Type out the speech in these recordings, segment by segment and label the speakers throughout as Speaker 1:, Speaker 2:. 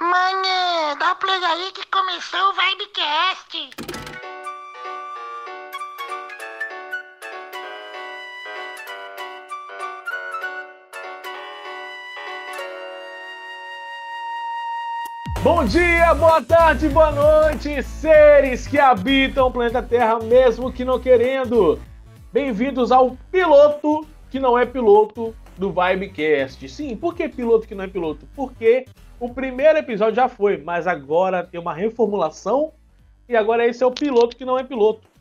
Speaker 1: Mãe, dá play aí que começou o Vibecast.
Speaker 2: Bom dia, boa tarde, boa noite, seres que habitam o planeta Terra mesmo que não querendo. Bem-vindos ao piloto que não é piloto do Vibecast. Sim, por que piloto que não é piloto? Porque o primeiro episódio já foi, mas agora tem uma reformulação e agora esse é o piloto que não é piloto.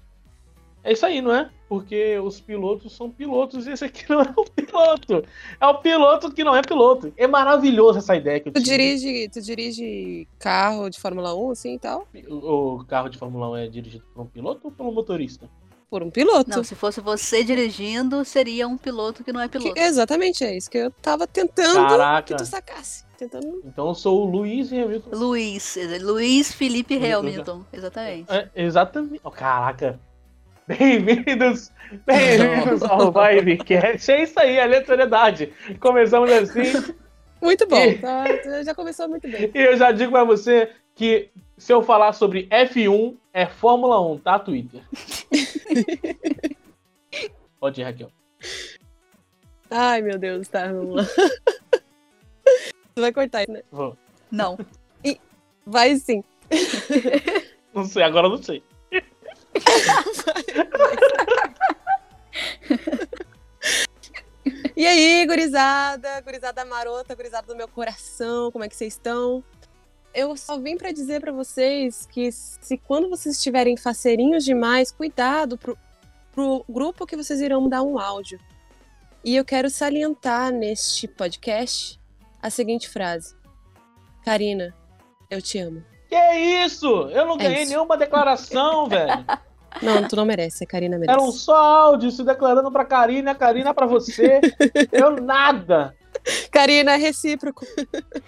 Speaker 2: É isso aí, não é? Porque os pilotos são pilotos e esse aqui não é o piloto. É o piloto que não é piloto. É maravilhoso essa ideia que eu
Speaker 3: Tu
Speaker 2: tive.
Speaker 3: dirige, tu dirige carro de Fórmula 1, assim e tal?
Speaker 2: O o carro de Fórmula 1 é dirigido por um piloto ou por um motorista?
Speaker 3: Por um piloto.
Speaker 4: Não, se fosse você dirigindo, seria um piloto que não é
Speaker 3: Que-
Speaker 4: piloto.
Speaker 3: exatamente, é isso que eu tava tentando que
Speaker 2: Caraca!
Speaker 3: tu sacasse. Tentando.
Speaker 2: Então eu sou o Luiz Hamilton.
Speaker 4: Luiz, eh, Luiz Felipe
Speaker 2: Luiz,
Speaker 4: Hamilton, exatamente.
Speaker 2: É, exatamente. Oh, caraca! Bem-vindos! Bem-vindos ao Vibecast! É isso aí, aleatoriedade! Começamos assim
Speaker 3: Muito bom.
Speaker 2: Ih.
Speaker 3: tá? Tu já começou muito bem.
Speaker 2: e eu já digo pra você que se eu falar sobre F1, é Fórmula 1, tá, Twitter? Pode ir, Raquel.
Speaker 3: Ai, meu Deus, tá, vamos lá. tu vai cortar isso, né?
Speaker 2: Vou.
Speaker 4: Não,
Speaker 3: Vai sim.
Speaker 2: Não sei, agora eu não sei.
Speaker 3: E aí, gurizada, gurizada marota, gurizada do meu coração, como é que vocês estão? Eu só vim pra dizer pra vocês que se quando vocês estiverem faceirinhos demais, cuidado pro, pro grupo que vocês irão dar um áudio. E eu quero salientar neste podcast a seguinte frase: Karina, eu te amo.
Speaker 2: Que é isso? Eu não ganhei
Speaker 3: É isso.
Speaker 2: nenhuma declaração, velho.
Speaker 3: Não, tu não merece, a Karina merece.
Speaker 2: Eram um só áudios se declarando pra Karina, a Karina pra você. Eu nada.
Speaker 3: Karina, é recíproco.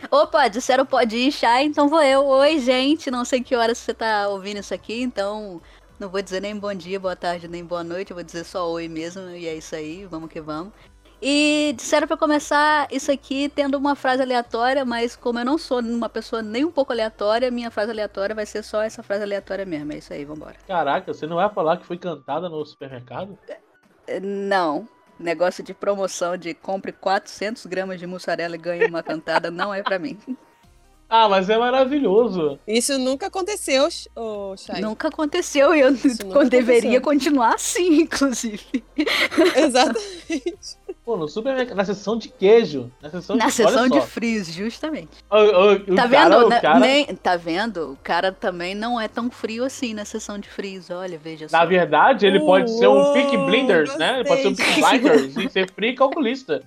Speaker 4: Opa, disseram pode ir, chá, então vou eu. Oi, gente, não sei que horas você tá ouvindo isso aqui, então não vou dizer nem bom dia, boa tarde, nem boa noite, eu vou dizer só oi mesmo, e é isso aí, vamos que vamos. E disseram pra começar isso aqui tendo uma frase aleatória, mas como eu não sou uma pessoa nem um pouco aleatória, minha frase aleatória vai ser só essa frase aleatória mesmo, é isso aí, vambora.
Speaker 2: Caraca, você não vai falar que foi cantada no supermercado?
Speaker 4: Eh, Não. Negócio de promoção de compre 400 gramas de mussarela e ganhe uma cantada não é pra mim.
Speaker 2: Ah, mas é maravilhoso.
Speaker 3: Isso nunca aconteceu, Ch- ô Chay.
Speaker 4: Nunca aconteceu e eu
Speaker 3: nunca
Speaker 4: deveria
Speaker 3: aconteceu. continuar
Speaker 4: continuar assim, inclusive.
Speaker 3: Exatamente.
Speaker 2: Pô, no supermercado, na sessão de queijo. Na sessão
Speaker 4: Na
Speaker 2: de
Speaker 4: sessão
Speaker 2: Então, olha
Speaker 4: de
Speaker 2: só.
Speaker 4: frizz, justamente.
Speaker 2: O, o- o
Speaker 4: tá
Speaker 2: cara,
Speaker 4: vendo?
Speaker 2: O
Speaker 4: Né?
Speaker 2: cara,
Speaker 4: Nem- tá vendo? O cara também não é tão frio assim na sessão de frizz, olha, veja só.
Speaker 2: Na verdade, ele pode ser um
Speaker 3: Uou,
Speaker 2: pick blinders, né? Ele pode ser um
Speaker 3: Uh, gostei
Speaker 2: pick blinders e ser free calculista.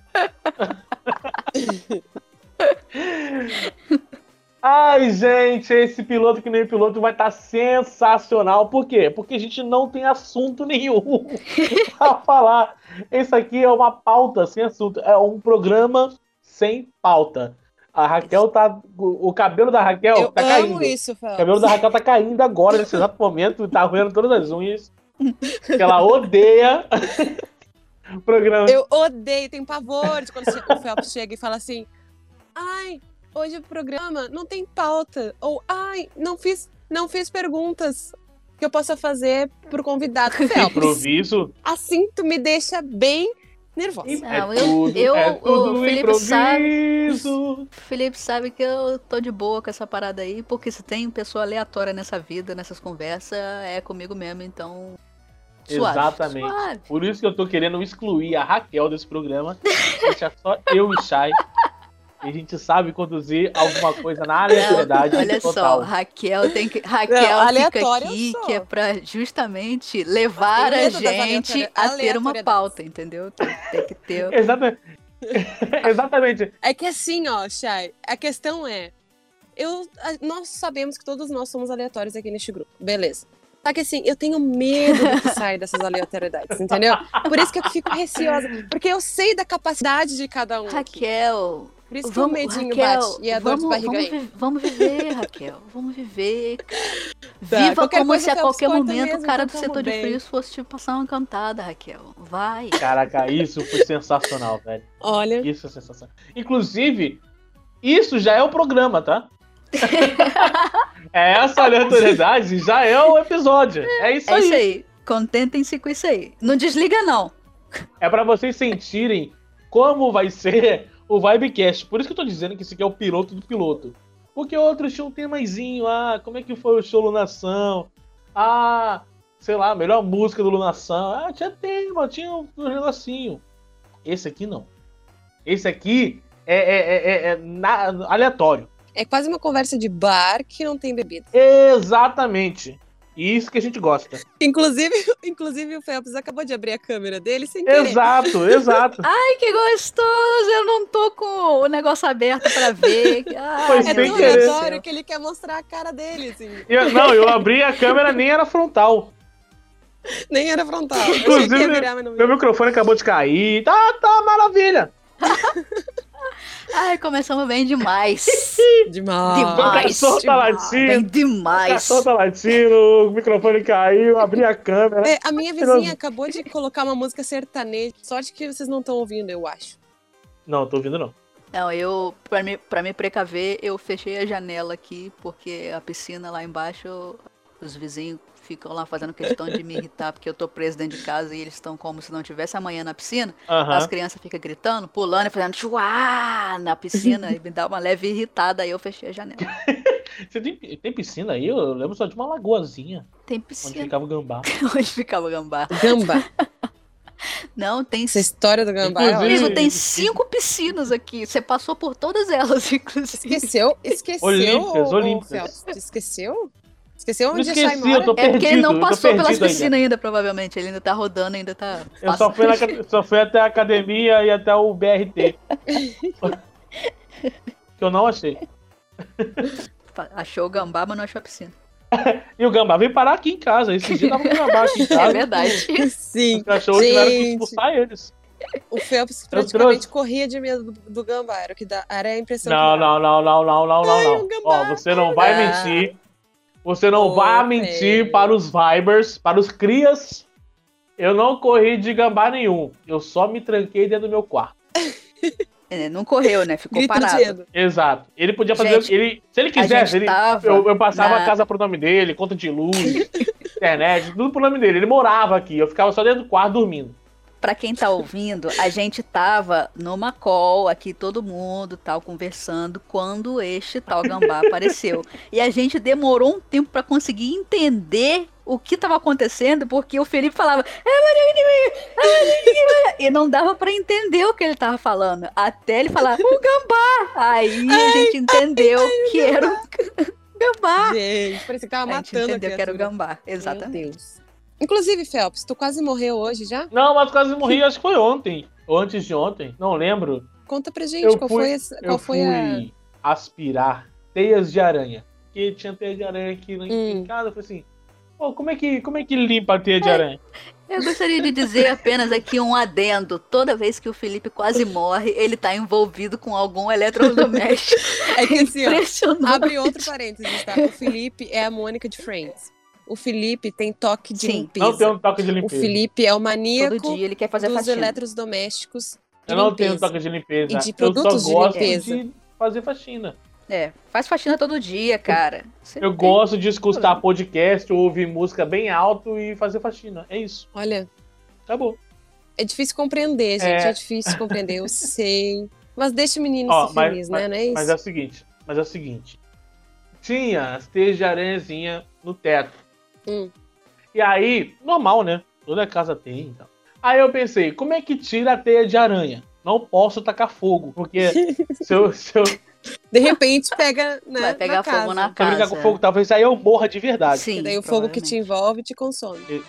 Speaker 2: Ai, gente, esse piloto que nem piloto vai estar sensacional. Por quê? Porque a gente não tem assunto nenhum pra falar. Esse aqui é uma pauta sem assunto. É um programa sem pauta. A Raquel tá. O o cabelo da Raquel
Speaker 3: eu
Speaker 2: tá
Speaker 3: amo
Speaker 2: caindo.
Speaker 3: isso,
Speaker 2: O
Speaker 3: Fel.
Speaker 2: cabelo da Raquel tá caindo agora, nesse exato momento, tá roendo todas as unhas. Porque ela odeia o programa.
Speaker 3: Eu odeio, tenho pavor de quando chega- o Felps chega e fala assim: ai, hoje o programa não tem pauta. Ou ai, não fiz, não fiz perguntas que eu possa fazer pro convidado. Felps,
Speaker 2: Improviso.
Speaker 3: assim tu me deixa bem nervosa.
Speaker 4: Não,
Speaker 2: é
Speaker 4: eu-
Speaker 2: tudo,
Speaker 4: eu-
Speaker 2: é
Speaker 4: o
Speaker 2: tudo
Speaker 4: Felipe sabe.
Speaker 2: improviso.
Speaker 4: Felipe sabe que eu tô de boa com essa parada aí, porque se tem pessoa aleatória nessa vida, nessas conversas, é comigo mesmo, então. Suave.
Speaker 2: Exatamente.
Speaker 4: Suave.
Speaker 2: Por isso que eu tô querendo excluir a Raquel desse programa. Deixar só eu e o Shai. E a gente sabe conduzir alguma coisa na aleatoriedade
Speaker 4: Olha
Speaker 2: total.
Speaker 4: só, Raquel tem que. Raquel fica
Speaker 3: aleatória eu
Speaker 4: aqui
Speaker 3: sou.
Speaker 4: que é pra justamente
Speaker 3: Eu
Speaker 4: levar
Speaker 3: tenho
Speaker 4: a
Speaker 3: medo das
Speaker 4: gente
Speaker 3: aleatória-
Speaker 4: a ter uma
Speaker 3: aleatoriedades.
Speaker 4: pauta, entendeu? Tem, tem que ter.
Speaker 2: Exatamente. Exatamente.
Speaker 3: É que assim, ó, Chay, a questão é. Eu, a- nós sabemos que todos nós somos aleatórios aqui neste grupo, beleza. Só que assim, eu tenho medo do que sai dessas aleatoriedades, entendeu? Por isso que eu fico receosa. Porque eu sei da capacidade de cada um. aqui.
Speaker 4: Raquel,
Speaker 3: Por isso que é o
Speaker 4: vamos,
Speaker 3: medinho
Speaker 4: Raquel,
Speaker 3: bate e a dor
Speaker 4: vamos,
Speaker 3: de barriga
Speaker 4: vamos,
Speaker 3: aí.
Speaker 4: vi- vamos viver, Raquel. Vamos viver.
Speaker 3: Tá,
Speaker 4: Viva
Speaker 3: qualquer
Speaker 4: como
Speaker 3: coisa
Speaker 4: se a
Speaker 3: que eu
Speaker 4: qualquer
Speaker 3: escolha
Speaker 4: momento o
Speaker 3: mesmo,
Speaker 4: cara do
Speaker 3: então tamo
Speaker 4: setor de
Speaker 3: bem.
Speaker 4: frios fosse te passar uma cantada, Raquel. Vai.
Speaker 2: Caraca, isso foi sensacional, velho.
Speaker 3: Olha,
Speaker 2: Isso é sensacional. Inclusive, isso já é o programa, tá? É Essa aleatoriedade já é um episódio. É isso
Speaker 4: É
Speaker 2: aí.
Speaker 4: isso aí. Contentem-se com isso aí. Não desliga, não.
Speaker 2: É pra vocês sentirem como vai ser o Vibecast. Por isso que eu tô dizendo que esse aqui é o piloto do piloto. Porque outros tinham um temazinho. Ah, como é que foi o show Lunação? Ah, sei lá, a melhor música do Lunação. Ah, tinha tema, tinha um um negocinho. Esse aqui não. Esse aqui é, é- é- é- é na- aleatório.
Speaker 3: É quase uma conversa de bar que não tem bebida.
Speaker 2: Exatamente. E isso que a gente gosta.
Speaker 3: Inclusive, inclusive o Phelps acabou de abrir a câmera dele sem querer.
Speaker 2: Exato, exato.
Speaker 4: Ai, que gostoso! Eu não tô com o negócio aberto pra ver. Ah, Ai,
Speaker 2: Foi
Speaker 3: É
Speaker 4: meu
Speaker 2: sem querer.
Speaker 3: tão
Speaker 4: Deus do
Speaker 3: aleatório
Speaker 4: céu.
Speaker 3: que ele quer mostrar a cara dele, assim.
Speaker 2: Eu- não, eu abri a câmera, nem era frontal.
Speaker 3: Nem era frontal. Eu achei que ia
Speaker 2: Inclusive,
Speaker 3: virar, mas não
Speaker 2: Meu
Speaker 3: virou.
Speaker 2: microfone acabou de cair. Tá, tá, maravilha.
Speaker 4: Ai, começamos bem demais.
Speaker 3: Demais.
Speaker 4: Demais.
Speaker 2: Cachorro Ah, tá
Speaker 4: Bem
Speaker 2: latindo.
Speaker 4: demais.
Speaker 2: Cachorro tá latindo. O microfone caiu. Abri a câmera.
Speaker 3: É, a minha vizinha acabou de colocar uma música sertaneja. Sorte que vocês não estão ouvindo, eu acho.
Speaker 2: Não, tô ouvindo não.
Speaker 4: Não, eu, pra me, pra me precaver, eu fechei a janela aqui, porque a piscina lá embaixo, os vizinhos ficam lá fazendo questão de me irritar, porque eu tô preso dentro de casa e eles estão como se não tivesse amanhã na piscina. As
Speaker 2: Aham.
Speaker 4: crianças ficam gritando, pulando e fazendo chuá na piscina, e me dá uma leve irritada, aí eu fechei a janela.
Speaker 2: Você tem, tem piscina aí? Eu lembro só de uma lagoazinha
Speaker 4: Tem
Speaker 2: onde
Speaker 4: piscina
Speaker 2: ficava o gambá.
Speaker 4: onde ficava o gambá.
Speaker 3: Gamba.
Speaker 4: Não, tem
Speaker 3: Essa história do Ah, gambá. ela-
Speaker 2: Inclusive-
Speaker 4: Amigo, tem cinco piscinas aqui. Você passou por todas elas, inclusive.
Speaker 3: Esqueceu? Esqueceu?
Speaker 2: Olímpicas,
Speaker 3: ô, ô,
Speaker 2: olímpicas.
Speaker 3: Phelps? Esqueceu? Esqueceu
Speaker 2: Não
Speaker 3: onde a Chay
Speaker 2: esqueci, eu
Speaker 3: mora?
Speaker 2: tô
Speaker 4: É porque ele
Speaker 2: perdido.
Speaker 4: não
Speaker 2: eu tô
Speaker 4: passou
Speaker 2: perdido
Speaker 4: pelas
Speaker 2: ainda.
Speaker 4: piscinas ainda. provavelmente. Ele ainda tá rodando, ainda tá.
Speaker 2: Eu só fui, na acad- só fui até a academia e até o BRT. que eu não achei.
Speaker 4: Fa- Achou o gambá, mas não achou a piscina.
Speaker 2: E o gambá veio parar aqui em casa. Esse dia tava com o gambá aqui em
Speaker 4: É
Speaker 2: casa.
Speaker 4: verdade.
Speaker 3: Sim,
Speaker 2: Os cachorros tiveram que
Speaker 3: Gente.
Speaker 2: expulsar eles.
Speaker 3: o Phelps praticamente
Speaker 2: trouxe.
Speaker 3: corria de medo do, do gambá. Era, o que dá, era a impressão
Speaker 2: Não,
Speaker 3: que dá.
Speaker 2: não, não, não, não, não,
Speaker 3: Ai,
Speaker 2: não,
Speaker 3: um
Speaker 2: não.
Speaker 3: gambá.
Speaker 2: Ó, você não vai
Speaker 3: Ah.
Speaker 2: mentir. Você não
Speaker 3: Ô,
Speaker 2: vai mentir
Speaker 3: Pedro.
Speaker 2: para os Vibers, para os Crias. Eu não corri de gambá nenhum. Eu só me tranquei dentro do meu quarto.
Speaker 4: É, não correu, né? Ficou
Speaker 3: Grito de
Speaker 4: parado.
Speaker 3: dedo.
Speaker 2: Exato. Ele podia fazer.
Speaker 4: Gente,
Speaker 2: ele, se ele
Speaker 4: A
Speaker 2: quisesse,
Speaker 4: gente
Speaker 2: ele,
Speaker 4: tava.
Speaker 2: eu, eu passava
Speaker 4: na-
Speaker 2: a casa pro nome dele, conta de luz, internet, tudo pro nome dele. Ele morava aqui. Eu ficava só dentro do quarto dormindo.
Speaker 4: Pra quem tá ouvindo, a gente tava numa call aqui, todo mundo tal, conversando, quando este tal gambá apareceu. E a gente demorou um tempo pra conseguir entender o que tava acontecendo, porque o Felipe falava. "É, mas é, é, é, é, é", E não dava pra entender o que ele tava falando. Até ele falar, o gambá! Aí a gente entendeu que era o gambá.
Speaker 3: Gente, parecia que tava
Speaker 4: Ah! A gente
Speaker 3: matando a
Speaker 4: entendeu que era o
Speaker 3: criatura.
Speaker 4: gambá. Exatamente.
Speaker 3: Meu Deus. Inclusive, Phelps, tu quase morreu hoje já?
Speaker 2: Não, mas quase morri, acho que foi ontem. Ou antes de ontem. Não lembro.
Speaker 3: Conta pra gente
Speaker 2: Eu
Speaker 3: qual
Speaker 2: fui-
Speaker 3: foi, essa,
Speaker 2: Eu
Speaker 3: qual foi a...
Speaker 2: fui aspirar teias de aranha. Porque tinha teia de aranha aqui na-
Speaker 3: Hum.
Speaker 2: em casa. Eu falei assim, pô, como é que, como é que limpa a teia de aranha?
Speaker 4: Eu gostaria de dizer apenas aqui um adendo. Toda vez que o Felipe quase morre, ele tá envolvido com algum eletrodoméstico.
Speaker 3: É que assim, ó,
Speaker 4: Impressionante.
Speaker 3: Abre outro parênteses, tá? O Felipe é a Mônica de Friends. O Felipe tem toque de
Speaker 4: Sim.
Speaker 3: limpeza.
Speaker 2: Não tem um toque de
Speaker 3: O
Speaker 2: limpeza.
Speaker 3: Felipe é o
Speaker 4: Todo
Speaker 3: maníaco
Speaker 4: dia ele quer fazer
Speaker 3: dos
Speaker 4: faxina.
Speaker 3: eletrodomésticos. de
Speaker 2: Eu não
Speaker 3: limpeza.
Speaker 2: tenho um toque de limpeza.
Speaker 3: E de
Speaker 2: eu
Speaker 3: produtos
Speaker 2: só
Speaker 3: de
Speaker 2: gosto
Speaker 3: limpeza.
Speaker 2: de fazer faxina.
Speaker 4: É, faz faxina todo dia, cara. Você
Speaker 2: Eu
Speaker 4: tem-
Speaker 2: gosto de escutar podcast, ouvir música bem alto e fazer faxina. É isso.
Speaker 3: Olha,
Speaker 2: Acabou.
Speaker 3: é difícil compreender, gente. É,
Speaker 2: É.
Speaker 3: difícil compreender, eu sei. Mas deixa o menino
Speaker 2: Ó,
Speaker 3: ser
Speaker 2: mas-
Speaker 3: feliz, né? Não é isso?
Speaker 2: Mas é o seguinte, mas é o seguinte. Tinha as teias de aranhazinha no teto.
Speaker 3: Hum.
Speaker 2: E aí, normal, né? Toda casa tem, então. Aí eu pensei, como é que tira a teia de aranha? Não posso tacar fogo, porque se eu, se eu é
Speaker 3: De repente pega, né,
Speaker 4: Vai pegar
Speaker 3: na casa.
Speaker 4: fogo na
Speaker 2: se eu
Speaker 4: casa.
Speaker 2: brincar com fogo, talvez aí eu morra de verdade.
Speaker 4: Sim,
Speaker 3: E daí o fogo que te
Speaker 4: provavelmente.
Speaker 3: envolve te consome.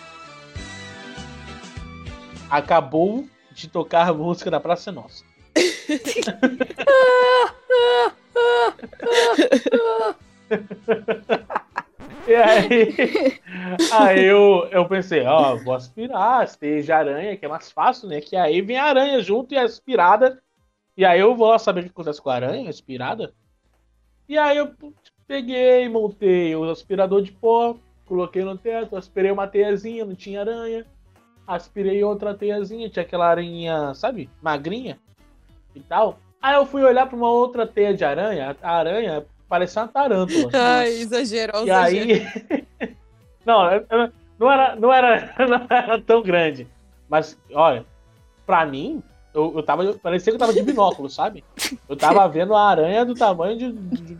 Speaker 2: Acabou de tocar a música da Praça Nossa. e aí, aí eu, eu pensei, ó, vou aspirar as teias de aranha, que é mais fácil, né? Que aí vem a aranha junto e a aspirada. E aí eu vou lá saber o que acontece com a aranha, aspirada. E aí eu peguei, montei o aspirador de pó, coloquei no teto, aspirei uma teiazinha, não tinha aranha. Aspirei outra teiazinha, tinha aquela aranha, sabe? Magrinha e tal. Aí eu fui olhar pra uma outra teia de aranha. A aranha Parecia uma tarântula.
Speaker 3: Ai, exagerou.
Speaker 2: E aí. não, eu- eu- não era, não, era, não era tão grande. Mas, olha, pra mim, eu, eu tava. Parecia que eu tava de binóculo, sabe? Eu tava vendo a aranha do tamanho de, de,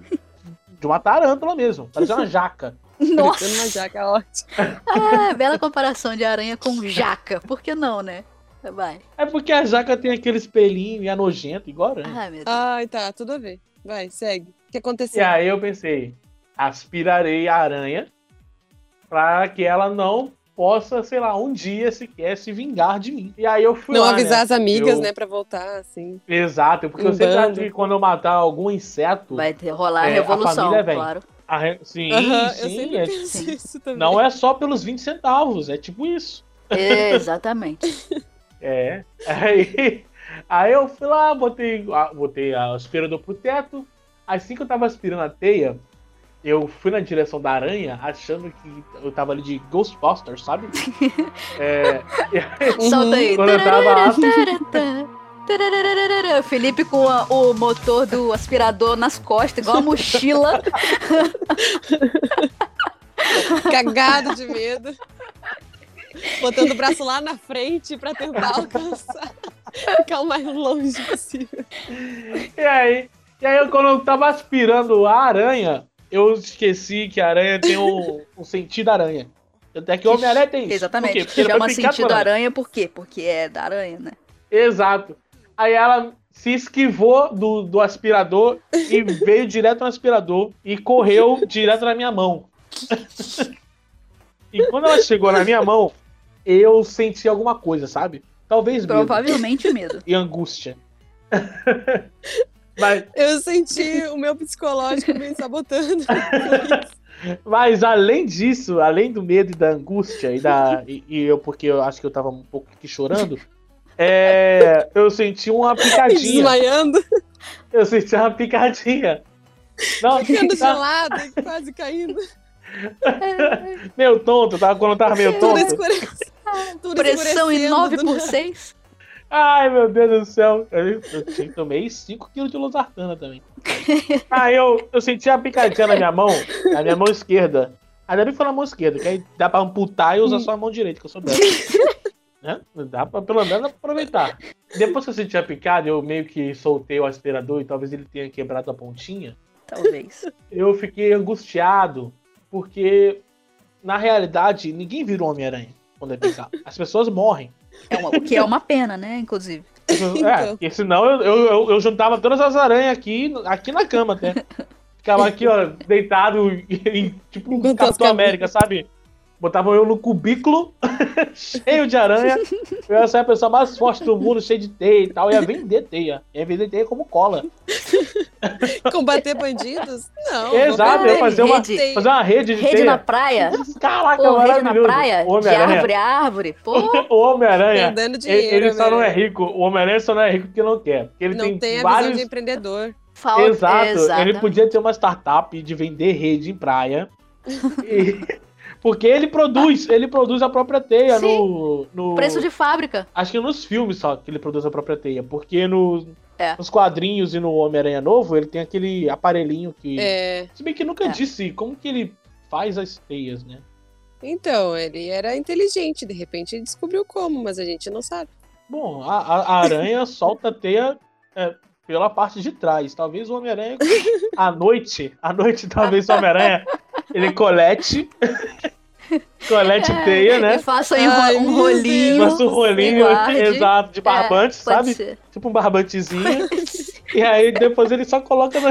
Speaker 2: de uma tarântula mesmo. Parecia uma jaca.
Speaker 4: Nossa,
Speaker 3: Uma jaca ótima.
Speaker 4: ah, bela comparação de aranha com jaca. Por que não, né? Vai.
Speaker 2: É porque a jaca tem aqueles pelinhos e é nojento, igual a aranha.
Speaker 4: Ai, meu Deus.
Speaker 3: Ai, tá, tudo a ver. Vai, segue. O que
Speaker 2: E
Speaker 3: aconteceu?
Speaker 2: aí eu pensei, aspirarei a aranha pra que ela não possa, sei lá, um dia sequer se vingar de mim. E aí eu fui
Speaker 3: Não
Speaker 2: lá,
Speaker 3: avisar
Speaker 2: né?
Speaker 3: as amigas,
Speaker 2: Eu-
Speaker 3: né, pra voltar, assim.
Speaker 2: Exato, porque
Speaker 3: Um
Speaker 2: eu sempre acho
Speaker 3: bando.
Speaker 2: que quando eu matar algum inseto,
Speaker 4: Vai ter- rolar a
Speaker 2: É, a
Speaker 4: revolução,
Speaker 2: família vem.
Speaker 4: claro.
Speaker 2: a re- sim,
Speaker 3: Aham, eu
Speaker 2: sim,
Speaker 3: sempre
Speaker 2: é-
Speaker 3: penso
Speaker 4: sim.
Speaker 3: isso também.
Speaker 2: não é só pelos 20 centavos, é tipo isso.
Speaker 4: Exatamente.
Speaker 2: É. Aí, aí eu fui lá, botei, a- botei a aspirador pro teto. Assim que eu tava aspirando a teia, eu fui na direção da aranha, achando que eu tava ali de Ghostbusters, sabe? É,
Speaker 3: Uhum.
Speaker 4: Solta aí.
Speaker 2: quando eu tava.
Speaker 4: Tarará, tarará. Felipe com a- o motor do aspirador nas costas, igual a mochila. Uhum.
Speaker 3: Cagado de medo. Botando o braço lá na frente pra tentar alcançar. Ficar o mais longe possível.
Speaker 2: E aí, e aí eu, quando eu tava aspirando a aranha, eu esqueci que a aranha tem um, um sentido aranha. Até que o Homem-Aranha tem isso. Por quê?
Speaker 4: Exatamente.
Speaker 2: Porque ele é tá né?
Speaker 4: Chama
Speaker 2: vai picar
Speaker 4: sentido
Speaker 2: tua
Speaker 4: aranha, por quê? Porque é da aranha, né?
Speaker 2: Exato. Aí ela se esquivou do, do aspirador e veio direto no aspirador e correu direto na minha mão. e quando ela chegou na minha mão, eu senti alguma coisa, sabe? Talvez medo
Speaker 4: Provavelmente medo.
Speaker 2: e angústia. mas,
Speaker 3: Eu senti o meu psicológico me sabotando.
Speaker 2: mas além disso, além do medo e da angústia e da e, e eu porque eu acho que eu tava um pouco que chorando, é, eu senti uma picadinha.
Speaker 3: Desmaiando,
Speaker 2: Eu senti uma picadinha. Não,
Speaker 3: ficando
Speaker 2: tá,
Speaker 3: gelado, quase caindo.
Speaker 2: meio tonto, tava, quando eu tava meio
Speaker 3: Tudo
Speaker 2: tonto.
Speaker 3: escurecendo. Tudo
Speaker 4: Pressão em
Speaker 3: escurecendo né?
Speaker 4: 9
Speaker 3: do
Speaker 4: por
Speaker 3: nada.
Speaker 4: 6.
Speaker 2: Ai, meu Deus do céu. Eu, eu te- tomei 5kg de losartana também. Aí eu, eu senti a picadinha na minha mão, na minha mão esquerda. Ainda bem que foi na mão esquerda, que aí dá pra amputar e usar só a mão direita, que eu sou dessa. né? Dá pra pelo menos aproveitar. Depois que eu senti a picada, eu meio que soltei o aspirador e talvez ele tenha quebrado a pontinha.
Speaker 4: Talvez.
Speaker 2: eu fiquei angustiado, porque na realidade ninguém vira um Homem-Aranha quando é picado. As pessoas morrem.
Speaker 4: É uma- o que é uma pena, né? Inclusive.
Speaker 2: As pessoas- É,
Speaker 3: Então.
Speaker 2: porque senão eu, eu, eu, eu juntava todas as aranhas aqui, aqui na cama até. Ficava aqui, ó, deitado em tipo um
Speaker 3: Enquanto as
Speaker 2: Capitão
Speaker 3: cam-
Speaker 2: América, sabe? Botavam eu no cubículo, cheio de aranha. Eu ia ser a pessoa mais forte do mundo, cheio de teia e tal. Eu ia vender teia. Eu ia vender teia como cola.
Speaker 3: Combater bandidos? Não.
Speaker 2: Exato, eu ia fazer uma,
Speaker 4: Rede.
Speaker 2: fazer uma rede de
Speaker 4: Rede
Speaker 2: teia.
Speaker 4: na praia.
Speaker 2: Caraca,
Speaker 4: Pô, rede na
Speaker 2: maravilhoso.
Speaker 4: praia.
Speaker 2: O
Speaker 4: De
Speaker 2: Homem-Aranha.
Speaker 4: árvore a árvore. Pô,
Speaker 2: O Homem-Aranha.
Speaker 3: Perdendo
Speaker 2: Ele,
Speaker 3: dinheiro.
Speaker 2: ele só não é
Speaker 3: velho.
Speaker 2: rico. O Homem-Aranha só não é rico porque não quer. Porque ele
Speaker 3: Não tem,
Speaker 2: tem,
Speaker 3: a visão
Speaker 2: vários.
Speaker 3: de empreendedor.
Speaker 4: falta.
Speaker 2: Exato. Ele
Speaker 4: exatamente.
Speaker 2: podia ter uma startup de vender rede em praia. E- Porque ele produz, ele produz a própria teia
Speaker 4: Sim.
Speaker 2: no, no-
Speaker 4: Preço de fábrica.
Speaker 2: Acho que nos filmes só que ele produz a própria teia. Porque no-
Speaker 4: É.
Speaker 2: nos quadrinhos e no Homem-Aranha Novo, ele tem aquele aparelhinho que.
Speaker 3: É.
Speaker 2: Se bem que nunca
Speaker 4: É.
Speaker 2: disse como que ele faz as teias, né?
Speaker 3: Então, ele era inteligente, de repente ele descobriu como, mas a gente não sabe.
Speaker 2: Bom, a, a- a aranha solta a teia é, pela parte de trás. Talvez o Homem-Aranha, à noite, à noite talvez o Homem-Aranha, ele colete, colete
Speaker 3: É,
Speaker 2: teia,
Speaker 4: E
Speaker 2: né?
Speaker 4: faça aí um,
Speaker 3: Ai,
Speaker 4: um
Speaker 3: meu
Speaker 4: rolinho.
Speaker 3: Deus.
Speaker 2: Nosso rolinho,
Speaker 4: guarde.
Speaker 2: exato, de
Speaker 3: é,
Speaker 2: barbante,
Speaker 4: Pode
Speaker 2: sabe?
Speaker 4: ser.
Speaker 2: Tipo um barbantezinho. e aí depois ele só coloca na...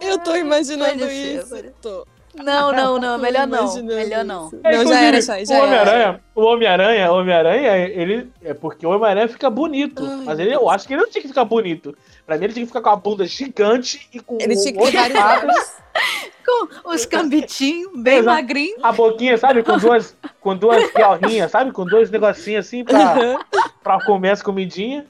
Speaker 3: Eu
Speaker 4: Ah,
Speaker 3: tô imaginando
Speaker 4: pode ser,
Speaker 3: isso.
Speaker 4: pode-
Speaker 3: Tô.
Speaker 4: Não, não, não.
Speaker 3: tô
Speaker 4: Melhor não.
Speaker 3: imaginando
Speaker 4: Melhor
Speaker 3: isso.
Speaker 4: não.
Speaker 3: Não, já era,
Speaker 2: Inclusive,
Speaker 3: Chay, já
Speaker 2: o
Speaker 3: era.
Speaker 2: Homem-Aranha, o Homem-Aranha, o Homem-Aranha, ele. É porque o Homem-Aranha fica bonito.
Speaker 3: Ai,
Speaker 2: mas ele, eu
Speaker 3: Deus.
Speaker 2: acho que ele não tinha que ficar bonito. Pra mim, ele tinha que ficar com a bunda gigante e com um
Speaker 3: Ele
Speaker 2: o
Speaker 3: tinha que ter
Speaker 2: olho
Speaker 3: vários
Speaker 2: aberto,
Speaker 3: olhos.
Speaker 4: Com os cambitinhos, bem
Speaker 2: Exato.
Speaker 4: magrinho.
Speaker 2: a boquinha, sabe? Com duas, com duas piorrinhas, sabe? Com dois negocinhos assim pra, pra comer as comidinhas.